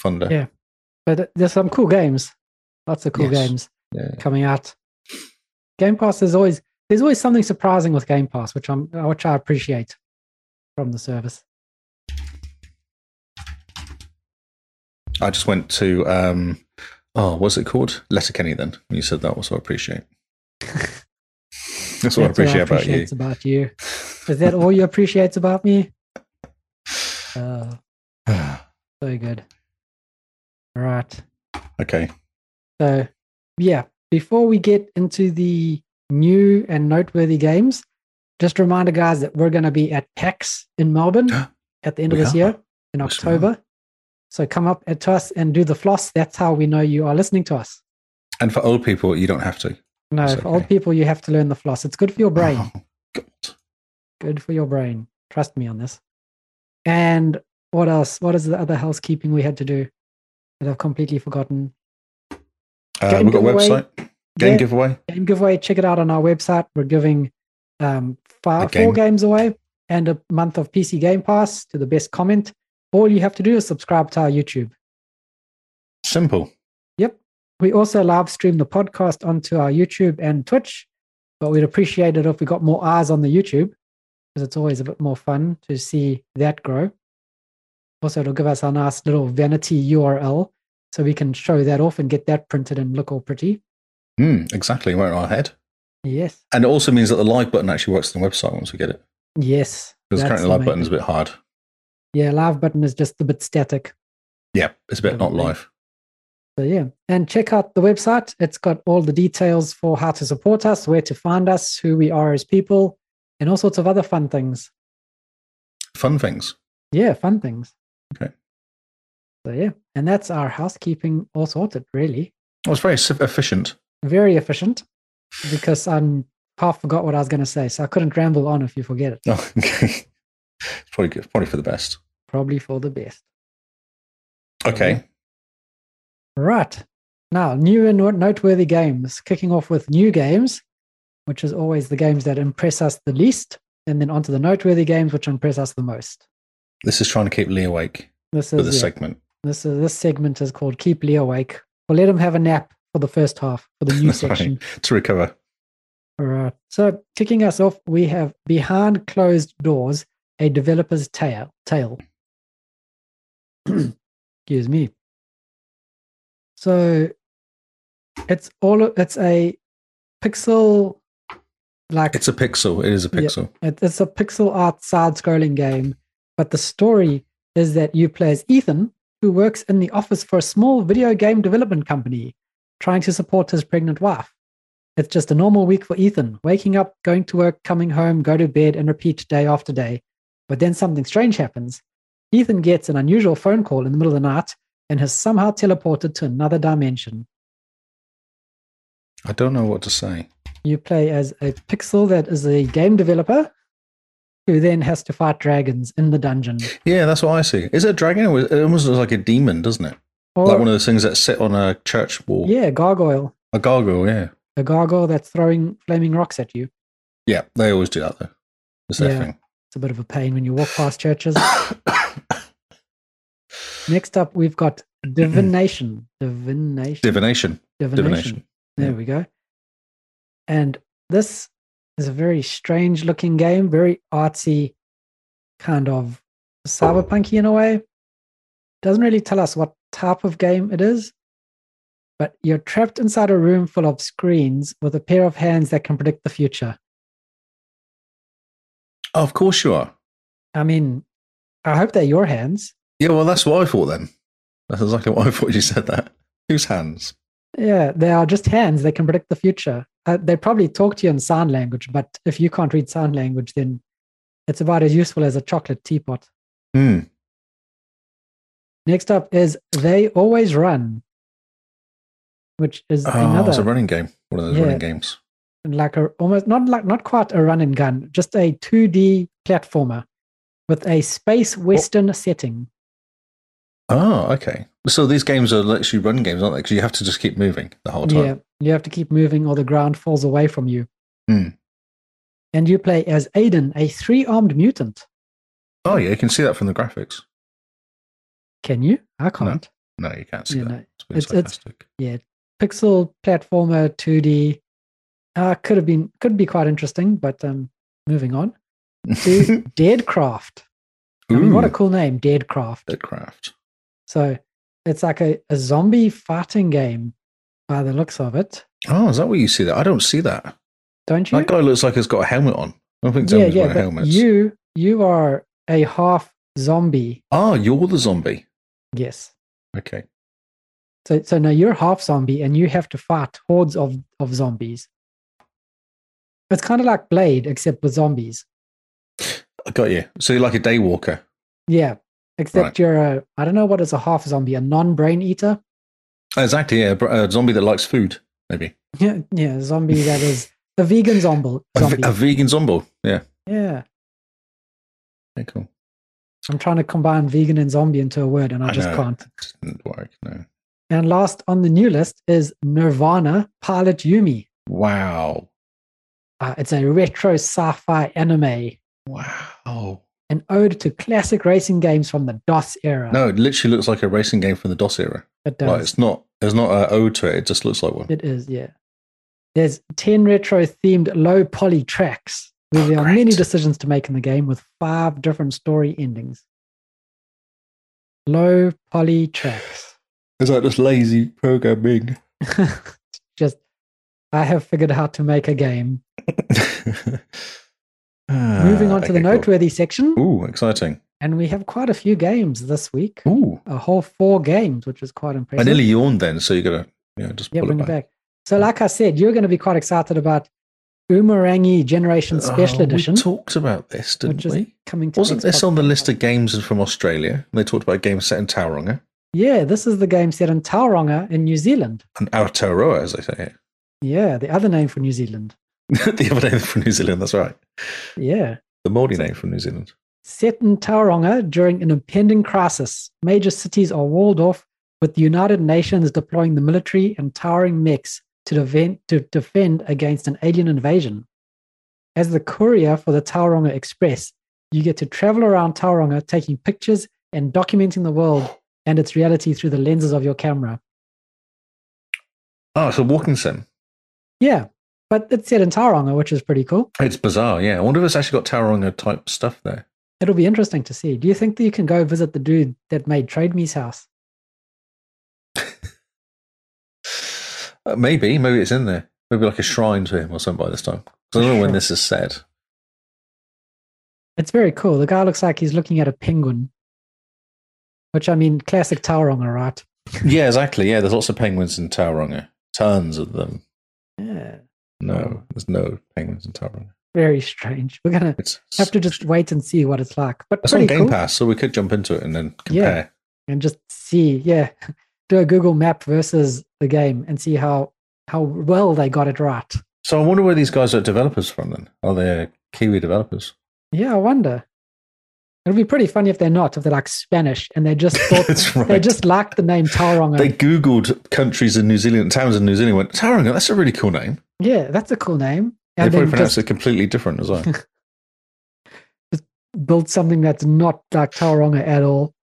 [SPEAKER 2] thunder.
[SPEAKER 1] Yeah. But there's some cool games. Lots of cool
[SPEAKER 2] Yes.
[SPEAKER 1] games
[SPEAKER 2] Yeah.
[SPEAKER 1] coming out. Game Pass is always there's always something surprising with Game Pass, which I'm which I appreciate from the service.
[SPEAKER 2] I just went to um, oh, what's it called? Letterkenny. Then when you said that, was what I appreciate. that's what
[SPEAKER 1] That's
[SPEAKER 2] I
[SPEAKER 1] what
[SPEAKER 2] appreciate about you.
[SPEAKER 1] appreciates about you. Is that all you appreciate about me? Uh, so good. All right.
[SPEAKER 2] okay.
[SPEAKER 1] So, yeah, before we get into the new and noteworthy games, just a reminder, guys, that we're going to be at PAX in Melbourne at the end of
[SPEAKER 2] We
[SPEAKER 1] this
[SPEAKER 2] are.
[SPEAKER 1] year in
[SPEAKER 2] Yes, we are.
[SPEAKER 1] October. So come up to us and do the floss. That's how we know you are listening to us.
[SPEAKER 2] And for old people, you don't have to.
[SPEAKER 1] No,
[SPEAKER 2] It's
[SPEAKER 1] for old
[SPEAKER 2] okay.
[SPEAKER 1] people, you have to learn the floss. It's good for your brain.
[SPEAKER 2] Oh, God.
[SPEAKER 1] Good for your brain. Trust me on this. And what else? What is the other housekeeping we had to do that I've completely forgotten?
[SPEAKER 2] Uh,
[SPEAKER 1] Game
[SPEAKER 2] we've got a
[SPEAKER 1] giveaway.
[SPEAKER 2] website, game
[SPEAKER 1] Yeah,
[SPEAKER 2] giveaway.
[SPEAKER 1] game giveaway. Check it out on our website. We're giving um,
[SPEAKER 2] A
[SPEAKER 1] five,
[SPEAKER 2] game.
[SPEAKER 1] four games away and a month of PC Game Pass to the best comment. All you have to do is subscribe to our YouTube.
[SPEAKER 2] Simple.
[SPEAKER 1] We also live stream the podcast onto our YouTube and Twitch, but we'd appreciate it if we got more eyes on the YouTube because it's always a bit more fun to see that grow. Also, it'll give us a nice little vanity URL so we can show that off and get that printed and look all pretty.
[SPEAKER 2] Mm, exactly. Where our head.
[SPEAKER 1] Yes.
[SPEAKER 2] And it also means that the live button actually works on the website once we get it.
[SPEAKER 1] Yes.
[SPEAKER 2] Because
[SPEAKER 1] that's
[SPEAKER 2] currently, the live
[SPEAKER 1] amazing.
[SPEAKER 2] button's a bit hard.
[SPEAKER 1] Yeah, live button is just a bit static.
[SPEAKER 2] Yeah, it's a bit not
[SPEAKER 1] Definitely.
[SPEAKER 2] live.
[SPEAKER 1] So yeah, and check out the website. It's got all the details for how to support us, where to find us, who we are as people, and all sorts of other fun things.
[SPEAKER 2] Fun things.
[SPEAKER 1] Yeah, fun things.
[SPEAKER 2] Okay.
[SPEAKER 1] So yeah, and that's our housekeeping all sorted. Really,
[SPEAKER 2] Well, it's very s- efficient.
[SPEAKER 1] very efficient because I'm half forgot what I was going to say, so I couldn't ramble on if you forget it.
[SPEAKER 2] Oh, okay. It's probably good. Probably for the best.
[SPEAKER 1] Probably for the best.
[SPEAKER 2] Okay.
[SPEAKER 1] Right now, new and not- noteworthy games. Kicking off with new games, which is always the games that impress us the least, and then onto the noteworthy games, which impress us the most.
[SPEAKER 2] This is trying to keep Lee awake
[SPEAKER 1] This
[SPEAKER 2] for
[SPEAKER 1] is
[SPEAKER 2] this
[SPEAKER 1] yeah,
[SPEAKER 2] segment.
[SPEAKER 1] this is this segment is called "Keep Lee Awake" or "Let Him Have a Nap" for the first half for the new
[SPEAKER 2] That's right.
[SPEAKER 1] section.
[SPEAKER 2] To recover.
[SPEAKER 1] All right. So kicking us off, we have Behind Closed Doors, a developer's tale. tale. Excuse me. So it's all it's a pixel like
[SPEAKER 2] It's a pixel. It is a
[SPEAKER 1] Yeah.
[SPEAKER 2] pixel.
[SPEAKER 1] it- It's a pixel art side scrolling game, but the story is that you play as Ethan, who works in the office for a small video game development company, trying to support his pregnant wife. It's just a normal week for Ethan, waking up, going to work, coming home, go to bed, and repeat day after day. But then something strange happens. Ethan gets an unusual phone call in the middle of the night and has somehow teleported to another dimension.
[SPEAKER 2] I don't know what to say.
[SPEAKER 1] You play as a pixel that is a game developer who then has to fight dragons in the dungeon.
[SPEAKER 2] Yeah, that's what I see. Is it a dragon? Or it almost looks like a demon, doesn't it?
[SPEAKER 1] Or,
[SPEAKER 2] like one of those things that sit on a church wall.
[SPEAKER 1] yeah, gargoyle.
[SPEAKER 2] A gargoyle, yeah.
[SPEAKER 1] A gargoyle that's throwing flaming rocks at you.
[SPEAKER 2] Yeah, they always do that, though. It's their
[SPEAKER 1] Yeah.
[SPEAKER 2] thing.
[SPEAKER 1] It's a bit of a pain when you walk past churches. Next up, we've got divination. Divination.
[SPEAKER 2] Divination. Divination.
[SPEAKER 1] There
[SPEAKER 2] Yeah.
[SPEAKER 1] we go. And this is a very strange looking game, very artsy, kind of cyberpunky in a way. Doesn't really tell us what type of game it is, but you're trapped inside a room full of screens with a pair of hands that can predict the future.
[SPEAKER 2] Oh, of course you are.
[SPEAKER 1] I mean, I hope they're your hands.
[SPEAKER 2] Yeah, well, that's what I thought then. That's exactly what I thought you said that. Whose hands?
[SPEAKER 1] Yeah, they are just hands. They can predict the future. Uh, they probably talk to you in sign language, but if you can't read sign language, then it's about as useful as a chocolate teapot.
[SPEAKER 2] Hmm.
[SPEAKER 1] Next up is They Always Run, which is
[SPEAKER 2] Oh, it's
[SPEAKER 1] another
[SPEAKER 2] a running game. One of those
[SPEAKER 1] Yeah.
[SPEAKER 2] running games.
[SPEAKER 1] like a almost not like not quite a run and gun, just a 2D platformer with a space western setting.
[SPEAKER 2] Oh, okay. So these games are literally run games, aren't they? Because you have to just keep moving the whole time.
[SPEAKER 1] Yeah, you have to keep moving or the ground falls away from you.
[SPEAKER 2] Hmm.
[SPEAKER 1] And you play as Aiden, a three-armed mutant.
[SPEAKER 2] Oh, yeah. You can see that from the graphics.
[SPEAKER 1] Can you? I can't.
[SPEAKER 2] No, you can't see
[SPEAKER 1] Yeah,
[SPEAKER 2] that.
[SPEAKER 1] no.
[SPEAKER 2] It's been
[SPEAKER 1] It's- it's-
[SPEAKER 2] sarcastic.
[SPEAKER 1] Yeah, pixel platformer 2D. Uh, could have been could be quite interesting, but um, moving on to Deadcraft. I mean, what a
[SPEAKER 2] Ooh,
[SPEAKER 1] cool name, Deadcraft.
[SPEAKER 2] the craft.
[SPEAKER 1] So it's like a, a zombie fighting game by the looks of it.
[SPEAKER 2] Oh, is that where you see that? I don't see that.
[SPEAKER 1] Don't you?
[SPEAKER 2] That guy looks like he's got a helmet on. I don't think
[SPEAKER 1] yeah,
[SPEAKER 2] zombies
[SPEAKER 1] yeah.
[SPEAKER 2] wear
[SPEAKER 1] But
[SPEAKER 2] helmets.
[SPEAKER 1] you you are a half zombie.
[SPEAKER 2] Ah, you're the zombie.
[SPEAKER 1] Yes.
[SPEAKER 2] Okay.
[SPEAKER 1] So so now you're half zombie and you have to fight hordes of, of zombies. It's kind of like Blade, except with zombies.
[SPEAKER 2] I got you. So you're like a day walker.
[SPEAKER 1] Yeah. except
[SPEAKER 2] Right.
[SPEAKER 1] you're a I don't know what is a half zombie, a non-brain eater.
[SPEAKER 2] Exactly. Yeah, br- a zombie that likes food, maybe
[SPEAKER 1] Yeah, yeah, zombie that is a vegan zombo-
[SPEAKER 2] a, ve-
[SPEAKER 1] zombie.
[SPEAKER 2] a vegan zombie. Yeah.
[SPEAKER 1] yeah,
[SPEAKER 2] yeah, cool.
[SPEAKER 1] I'm trying to combine vegan and zombie into a word, and I
[SPEAKER 2] I
[SPEAKER 1] just
[SPEAKER 2] know.
[SPEAKER 1] can't.
[SPEAKER 2] Didn't work. No.
[SPEAKER 1] And last on the new list is Nirvana Pilot Yumi.
[SPEAKER 2] Wow.
[SPEAKER 1] Uh, it's a retro sci-fi anime,
[SPEAKER 2] Wow.
[SPEAKER 1] an ode to classic racing games from the DOS era.
[SPEAKER 2] No, it literally looks like a racing game from the DOS era.
[SPEAKER 1] it
[SPEAKER 2] Like
[SPEAKER 1] does.
[SPEAKER 2] it's not. There's not an ode to it. It just looks like one.
[SPEAKER 1] It is, yeah. There's 10 retro themed low poly tracks where
[SPEAKER 2] Oh,
[SPEAKER 1] there are many
[SPEAKER 2] great.
[SPEAKER 1] decisions to make in the game with five different story endings. Low poly tracks.
[SPEAKER 2] Is that just lazy programming?
[SPEAKER 1] Just, I have figured out how to make a game. Moving on to the noteworthy section,
[SPEAKER 2] Ah, Uh, Ooh, exciting.
[SPEAKER 1] and we have quite a few games this week.
[SPEAKER 2] Ooh.
[SPEAKER 1] A whole four games, which is quite impressive.
[SPEAKER 2] I nearly yawned then, so you gotta yeah, just
[SPEAKER 1] yeah,
[SPEAKER 2] pull
[SPEAKER 1] bring
[SPEAKER 2] it
[SPEAKER 1] it
[SPEAKER 2] back.
[SPEAKER 1] back. So, like I said, you're going to be quite excited about Umarangi Generation Special
[SPEAKER 2] Oh,
[SPEAKER 1] Edition.
[SPEAKER 2] We talked about this, didn't
[SPEAKER 1] which is
[SPEAKER 2] we?
[SPEAKER 1] coming to
[SPEAKER 2] Wasn't this
[SPEAKER 1] Xbox
[SPEAKER 2] on the
[SPEAKER 1] Game
[SPEAKER 2] list
[SPEAKER 1] Pass.
[SPEAKER 2] of games from Australia? They talked about games set in Tauranga
[SPEAKER 1] Yeah, this is the game set in Tauranga in New Zealand.
[SPEAKER 2] and Aotearoa, as they say.
[SPEAKER 1] Yeah, the other name for New Zealand.
[SPEAKER 2] the other name from New Zealand. That's right.
[SPEAKER 1] Yeah.
[SPEAKER 2] The Maori name from New Zealand.
[SPEAKER 1] Set in Tauranga during an impending crisis, major cities are walled off, with the United Nations deploying the military and towering mechs to, defend to defend against an alien invasion. As the courier for the Tauranga Express, you get to travel around Tauranga taking pictures and documenting the world and its reality through the lenses of your camera.
[SPEAKER 2] Oh, it's a walking sim.
[SPEAKER 1] Yeah, but it's set in Tauranga, which is pretty cool.
[SPEAKER 2] It's bizarre. Yeah, I wonder if it's actually got Tauranga type stuff there.
[SPEAKER 1] It'll be interesting to see. Do you think that you can go visit the dude that made Trade Me's house?
[SPEAKER 2] Uh, maybe, maybe it's in there. Maybe like a shrine to him or something by this time. 'Cause I don't know when
[SPEAKER 1] Sure.
[SPEAKER 2] this is said.
[SPEAKER 1] It's very cool. The guy looks like he's looking at a penguin, which I mean, classic Tauranga, right?
[SPEAKER 2] Yeah, exactly. Yeah, there's lots of penguins in Tauranga. Tons of them.
[SPEAKER 1] Yeah.
[SPEAKER 2] No, there's no penguins in Tauranga.
[SPEAKER 1] Very strange. We're going to
[SPEAKER 2] It's
[SPEAKER 1] have to just wait and see what it's like. But
[SPEAKER 2] it's on
[SPEAKER 1] pretty
[SPEAKER 2] Game
[SPEAKER 1] cool.
[SPEAKER 2] Pass, so we could jump into it and then compare.
[SPEAKER 1] And just see, yeah, do a Google map versus the game and see how how well they got it right.
[SPEAKER 2] So I wonder where these guys are developers from then. Are they Kiwi developers?
[SPEAKER 1] Yeah, I wonder. It'll be pretty funny if they're not, if they're like Spanish and they just thought
[SPEAKER 2] That's right.
[SPEAKER 1] they just liked the name Tauranga.
[SPEAKER 2] They Googled countries in New Zealand, towns in New Zealand, went, Tauranga, that's a really cool name.
[SPEAKER 1] Yeah, that's a cool name.
[SPEAKER 2] They
[SPEAKER 1] And
[SPEAKER 2] probably
[SPEAKER 1] then
[SPEAKER 2] pronounce
[SPEAKER 1] just
[SPEAKER 2] it completely different as well.
[SPEAKER 1] build something that's not like Tauranga at all.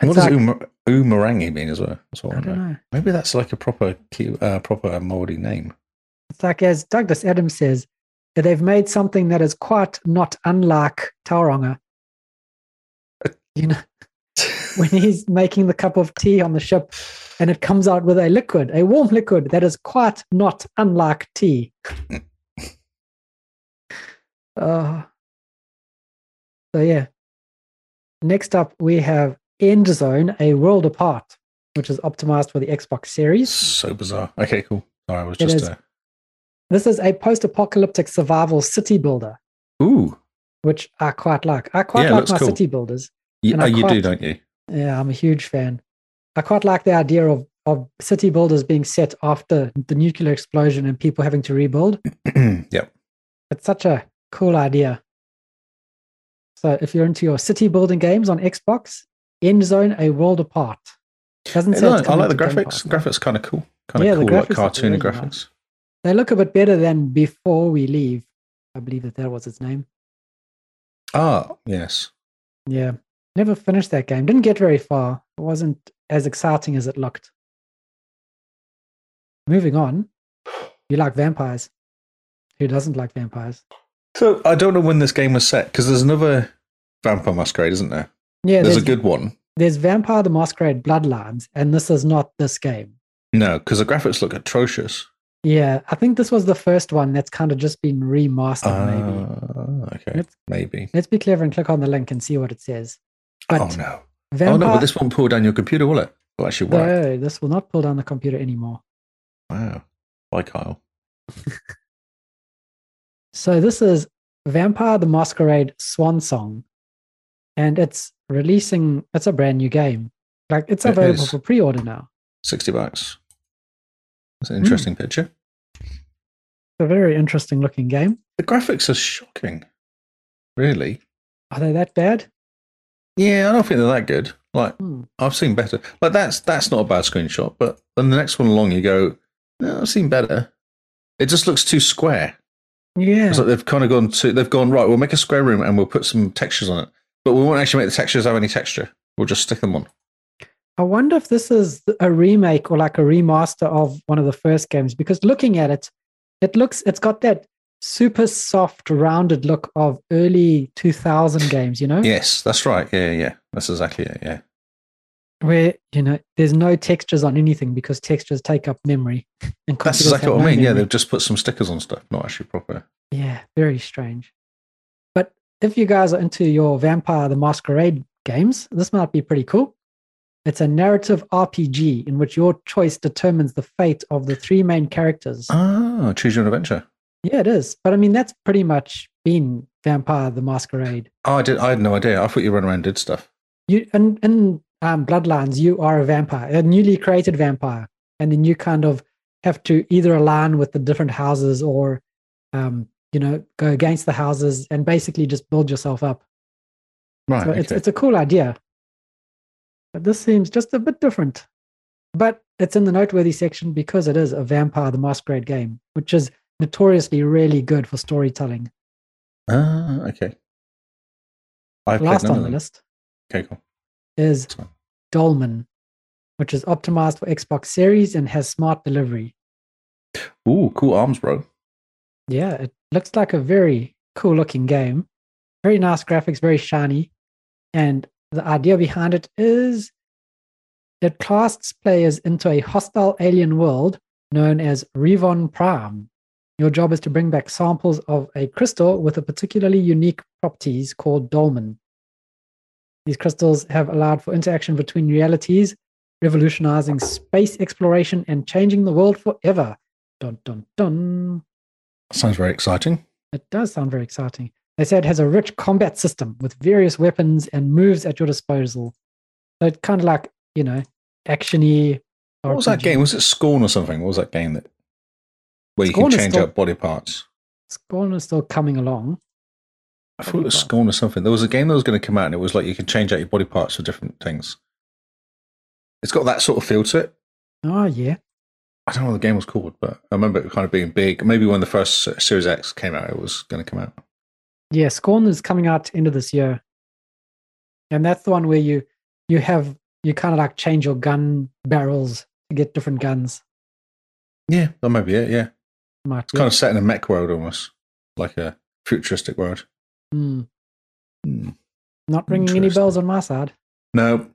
[SPEAKER 1] It's
[SPEAKER 2] what does
[SPEAKER 1] like-
[SPEAKER 2] um, Umarangi mean as well? That's what I,
[SPEAKER 1] I don't
[SPEAKER 2] know.
[SPEAKER 1] know.
[SPEAKER 2] Maybe that's like a proper Ki- uh, proper Maori name.
[SPEAKER 1] It's like as Douglas Adams says, that they've made something that is quite not unlike Tauranga. You know, when he's making the cup of tea on the ship and it comes out with a liquid, a warm liquid that is quite not unlike tea. Uh, so, yeah. Next up, we have End Zone, A World Apart, which is optimized for the Xbox Series.
[SPEAKER 2] so bizarre. Okay, cool. Sorry, I was
[SPEAKER 1] It
[SPEAKER 2] just
[SPEAKER 1] is.
[SPEAKER 2] uh,
[SPEAKER 1] This is a post apocalyptic survival city builder,
[SPEAKER 2] ooh.
[SPEAKER 1] which I quite like. I quite
[SPEAKER 2] Yeah,
[SPEAKER 1] like
[SPEAKER 2] looks
[SPEAKER 1] my
[SPEAKER 2] cool.
[SPEAKER 1] city builders.
[SPEAKER 2] You,
[SPEAKER 1] And
[SPEAKER 2] oh,
[SPEAKER 1] I
[SPEAKER 2] you do,
[SPEAKER 1] quite-
[SPEAKER 2] don't you?
[SPEAKER 1] Yeah, I'm a huge fan. I quite like the idea of, of city builders being set after the nuclear explosion and people having to rebuild.
[SPEAKER 2] yep.
[SPEAKER 1] It's such a cool idea. So if you're into your city building games on Xbox, End Zone A World Apart. Doesn't
[SPEAKER 2] Yeah,
[SPEAKER 1] say
[SPEAKER 2] no,
[SPEAKER 1] it's
[SPEAKER 2] I like the
[SPEAKER 1] coming to Game
[SPEAKER 2] graphics.
[SPEAKER 1] Pass.
[SPEAKER 2] graphics kind of cool. Kind of
[SPEAKER 1] Yeah, the
[SPEAKER 2] cool, like
[SPEAKER 1] graphics are
[SPEAKER 2] cartoony
[SPEAKER 1] really
[SPEAKER 2] graphics.
[SPEAKER 1] nice. They look a bit better than Before We Leave. I believe that that was its name.
[SPEAKER 2] Ah, yes.
[SPEAKER 1] Yeah. Never finished that game. Didn't get very far. It wasn't as exciting as it looked. Moving on. You like vampires. Who doesn't like vampires?
[SPEAKER 2] So I don't know when this game was set because there's another Vampire Masquerade, isn't there?
[SPEAKER 1] Yeah,
[SPEAKER 2] there's,
[SPEAKER 1] there's,
[SPEAKER 2] a good one.
[SPEAKER 1] there's Vampire the Masquerade Bloodlines, and this is not this game.
[SPEAKER 2] No, because the graphics look atrocious.
[SPEAKER 1] Yeah, I think this was the first one that's kind of just been remastered, maybe.
[SPEAKER 2] Ah, Uh, okay,
[SPEAKER 1] Let's-
[SPEAKER 2] maybe.
[SPEAKER 1] Let's be clever and click on the link and see what it says. But
[SPEAKER 2] oh no!
[SPEAKER 1] vampire,
[SPEAKER 2] Oh no! But this won't pull down your computer, will it? Will actually work.
[SPEAKER 1] no, this will not pull down the computer anymore.
[SPEAKER 2] Wow. Bye, Kyle.
[SPEAKER 1] So this is Vampire the Masquerade Swan Song, and it's releasing it's a brand new game. Like it's
[SPEAKER 2] It
[SPEAKER 1] available
[SPEAKER 2] is.
[SPEAKER 1] for pre-order now.
[SPEAKER 2] 60 bucks. That's
[SPEAKER 1] Hmm.
[SPEAKER 2] an interesting picture.
[SPEAKER 1] It's a very interesting looking game.
[SPEAKER 2] The graphics are shocking, really.
[SPEAKER 1] Are they that bad?
[SPEAKER 2] Yeah, I don't think they're that good. Like
[SPEAKER 1] Hmm.
[SPEAKER 2] I've seen better. Like that's that's not a bad screenshot, but then the next one along, you go, no, I've seen better. It just looks too square.
[SPEAKER 1] Yeah.
[SPEAKER 2] It's like they've kind of gone to they've gone right. We'll make a square room and we'll put some textures on it, but we won't actually make the textures have any texture. We'll just stick them on.
[SPEAKER 1] I wonder if this is a remake or like a remaster of one of the first games because looking at it, it looks it's got that super soft, rounded look of early two thousand games. You know,
[SPEAKER 2] Yes, that's right. Yeah, yeah, yeah. that's exactly it. Yeah,
[SPEAKER 1] where you know there's no textures on anything because textures take up memory. And
[SPEAKER 2] that's
[SPEAKER 1] computers
[SPEAKER 2] exactly
[SPEAKER 1] have
[SPEAKER 2] what I
[SPEAKER 1] no
[SPEAKER 2] mean. Yeah,
[SPEAKER 1] memory.
[SPEAKER 2] they've just put some stickers on stuff, not actually proper.
[SPEAKER 1] yeah, very strange. But if you guys are into your Vampire the Masquerade games, this might be pretty cool. It's a narrative RPG in which your choice determines the fate of the three main characters.
[SPEAKER 2] Ah, choose your own adventure.
[SPEAKER 1] Yeah, it is. But I mean, that's pretty much been Vampire the Masquerade.
[SPEAKER 2] Oh, I did. I had no idea. I thought you ran around and did stuff.
[SPEAKER 1] You and in um, Bloodlines, you are a vampire, a newly created vampire, and then you kind of have to either align with the different houses or, um, you know, go against the houses and basically just build yourself up.
[SPEAKER 2] Right.
[SPEAKER 1] So it's it's a cool idea. But this seems just a bit different. But it's in the noteworthy section because it is a Vampire the Masquerade game, which is notoriously really good for storytelling.
[SPEAKER 2] Ah, okay. I've played
[SPEAKER 1] Last
[SPEAKER 2] none
[SPEAKER 1] on
[SPEAKER 2] of
[SPEAKER 1] the
[SPEAKER 2] them.
[SPEAKER 1] list.
[SPEAKER 2] Okay, cool.
[SPEAKER 1] is
[SPEAKER 2] That's fine.
[SPEAKER 1] Dolman, which is optimized for Xbox Series and has smart delivery.
[SPEAKER 2] Ooh, cool arms, bro.
[SPEAKER 1] Yeah, it looks like a very cool looking game. Very nice graphics, very shiny. And the idea behind it is it casts players into a hostile alien world known as Revon Prime. Your job is to bring back samples of a crystal with a particularly unique properties called dolmen. These crystals have allowed for interaction between realities, revolutionizing space exploration and changing the world forever. Dun dun dun.
[SPEAKER 2] Sounds very exciting.
[SPEAKER 1] It does sound very exciting. They say it has a rich combat system with various weapons and moves at your disposal. So it's kind of like, you know, actiony.
[SPEAKER 2] What was that
[SPEAKER 1] RPG.
[SPEAKER 2] game? Was it Scorn or something? What was that game that where you
[SPEAKER 1] Scorn is
[SPEAKER 2] can change
[SPEAKER 1] still-
[SPEAKER 2] out body parts?
[SPEAKER 1] Scorn is still coming along.
[SPEAKER 2] I thought
[SPEAKER 1] Body
[SPEAKER 2] it was
[SPEAKER 1] parts.
[SPEAKER 2] Scorn or something. There was a game that was going to come out, and it was like you can change out your body parts for different things. It's got that sort of feel to it.
[SPEAKER 1] Oh, yeah.
[SPEAKER 2] I don't know what the game was called, but I remember it kind of being big. Maybe when the first S- Series X came out, it was going to come out.
[SPEAKER 1] Yeah, Scorn is coming out end of this year. And that's the one where you you have you kind of like change your gun barrels to get different guns.
[SPEAKER 2] Yeah, that might be it. Yeah,
[SPEAKER 1] Might
[SPEAKER 2] it's kind of set in a mech world almost, like a futuristic world.
[SPEAKER 1] Mm,
[SPEAKER 2] Hmm.
[SPEAKER 1] not ringing any
[SPEAKER 2] Interesting.
[SPEAKER 1] bells on my side.
[SPEAKER 2] No,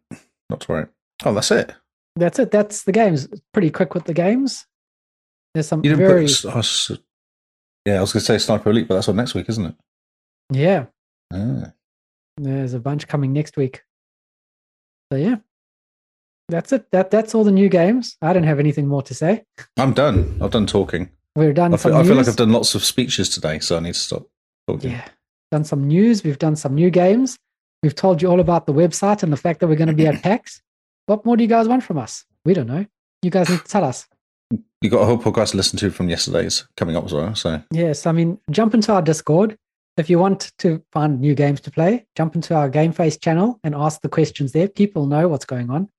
[SPEAKER 2] not to worry. Oh, that's it.
[SPEAKER 1] That's it. That's the games. It's Pretty quick with the games. There's some
[SPEAKER 2] You didn't
[SPEAKER 1] very
[SPEAKER 2] put. Oh, s- yeah, I was going to say Sniper Elite, but that's on next week, isn't it?
[SPEAKER 1] yeah.
[SPEAKER 2] Ah.
[SPEAKER 1] There's a bunch coming next week. So yeah. That's it. That that's all the new games. I don't have anything more to say.
[SPEAKER 2] I'm done. I've done talking.
[SPEAKER 1] We've done
[SPEAKER 2] I
[SPEAKER 1] some
[SPEAKER 2] feel, I feel like
[SPEAKER 1] news.
[SPEAKER 2] I've done lots of speeches today, so I need to stop talking.
[SPEAKER 1] Yeah. Done some news. We've done some new games. We've told you all about the website and the fact that we're going to be at PAX. What more do you guys want from us? We don't know. You guys need to tell us.
[SPEAKER 2] You got a whole podcast to listen to from yesterday's coming up as well. So
[SPEAKER 1] Yes, I mean, jump into our Discord. If you want to find new games to play, jump into our Game Face channel and ask the questions there. People know what's going on.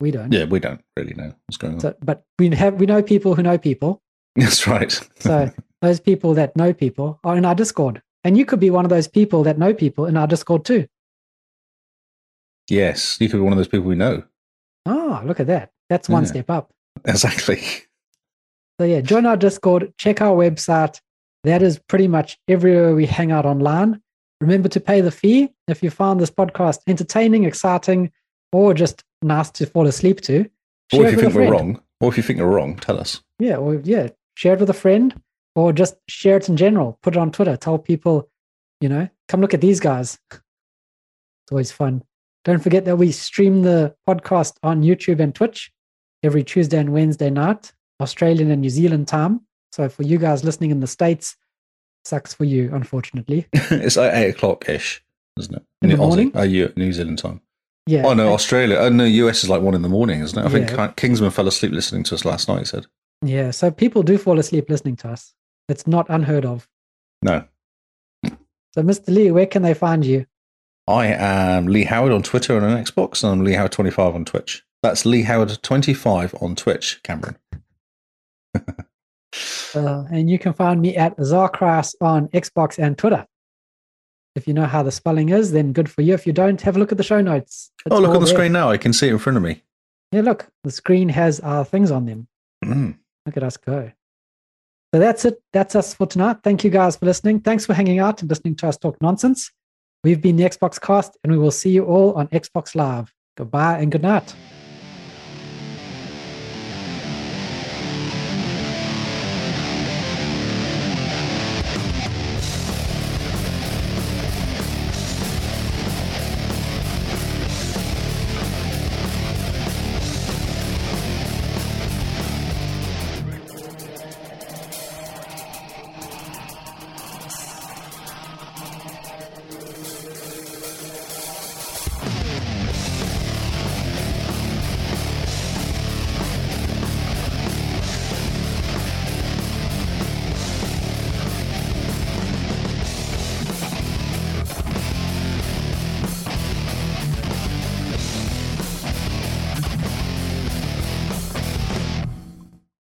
[SPEAKER 1] We don't.
[SPEAKER 2] yeah, we don't really know what's going on.
[SPEAKER 1] So, but we have we know people who know people.
[SPEAKER 2] that's right.
[SPEAKER 1] So those people that know people are in our Discord. And you could be one of those people that know people in our Discord too.
[SPEAKER 2] yes, you could be one of those people we know.
[SPEAKER 1] Ah, look at that. That's one
[SPEAKER 2] Yeah.
[SPEAKER 1] step up.
[SPEAKER 2] Exactly.
[SPEAKER 1] So yeah, join our Discord, check our website. That is pretty much everywhere we hang out online. Remember to pay the fee if you found this podcast entertaining, exciting, or just nice to fall asleep to.
[SPEAKER 2] Or
[SPEAKER 1] share it
[SPEAKER 2] if you
[SPEAKER 1] with a
[SPEAKER 2] think we're
[SPEAKER 1] friend.
[SPEAKER 2] wrong, or if you think we're wrong, tell us.
[SPEAKER 1] Yeah, or yeah, share it with a friend or just share it in general. Put it on Twitter. Tell people, you know, come look at these guys. It's always fun. Don't forget that we stream the podcast on YouTube and Twitch every Tuesday and Wednesday night, Australian and New Zealand time. So for you guys listening in the States, sucks for you, unfortunately.
[SPEAKER 2] it's like eight o'clock ish. isn't it?
[SPEAKER 1] In the
[SPEAKER 2] New- Aussie-
[SPEAKER 1] morning?
[SPEAKER 2] uh, U- New Zealand time.
[SPEAKER 1] Yeah.
[SPEAKER 2] Oh no,
[SPEAKER 1] I-
[SPEAKER 2] Australia. Oh no, US is like one in the morning, isn't it? I think
[SPEAKER 1] Yeah.
[SPEAKER 2] Ki- Kingsman fell asleep listening to us last night. He said,
[SPEAKER 1] Yeah. So people do fall asleep listening to us. It's not unheard of.
[SPEAKER 2] "No,
[SPEAKER 1] So, Mr. Lee, where can they find you?
[SPEAKER 2] I am Lee Howard on Twitter and on Xbox, and I'm Lee Howard twenty five on Twitch. That's Lee Howard twenty five on Twitch, Cameron.
[SPEAKER 1] Uh, and you can find me at Zarkras on Xbox and Twitter. If you know how the spelling is, then good for you. If you don't, have a look at the show notes. It's
[SPEAKER 2] oh, look
[SPEAKER 1] all
[SPEAKER 2] on the
[SPEAKER 1] there.
[SPEAKER 2] screen now. I can see it in front of me.
[SPEAKER 1] Yeah, look, the screen has our things on them.
[SPEAKER 2] Mm.
[SPEAKER 1] Look at us go. So that's it. That's us for tonight. Thank you guys for listening. Thanks for hanging out and listening to us talk nonsense. We've been the Xbox Cast, and we will see you all on Xbox Live. Goodbye and good night.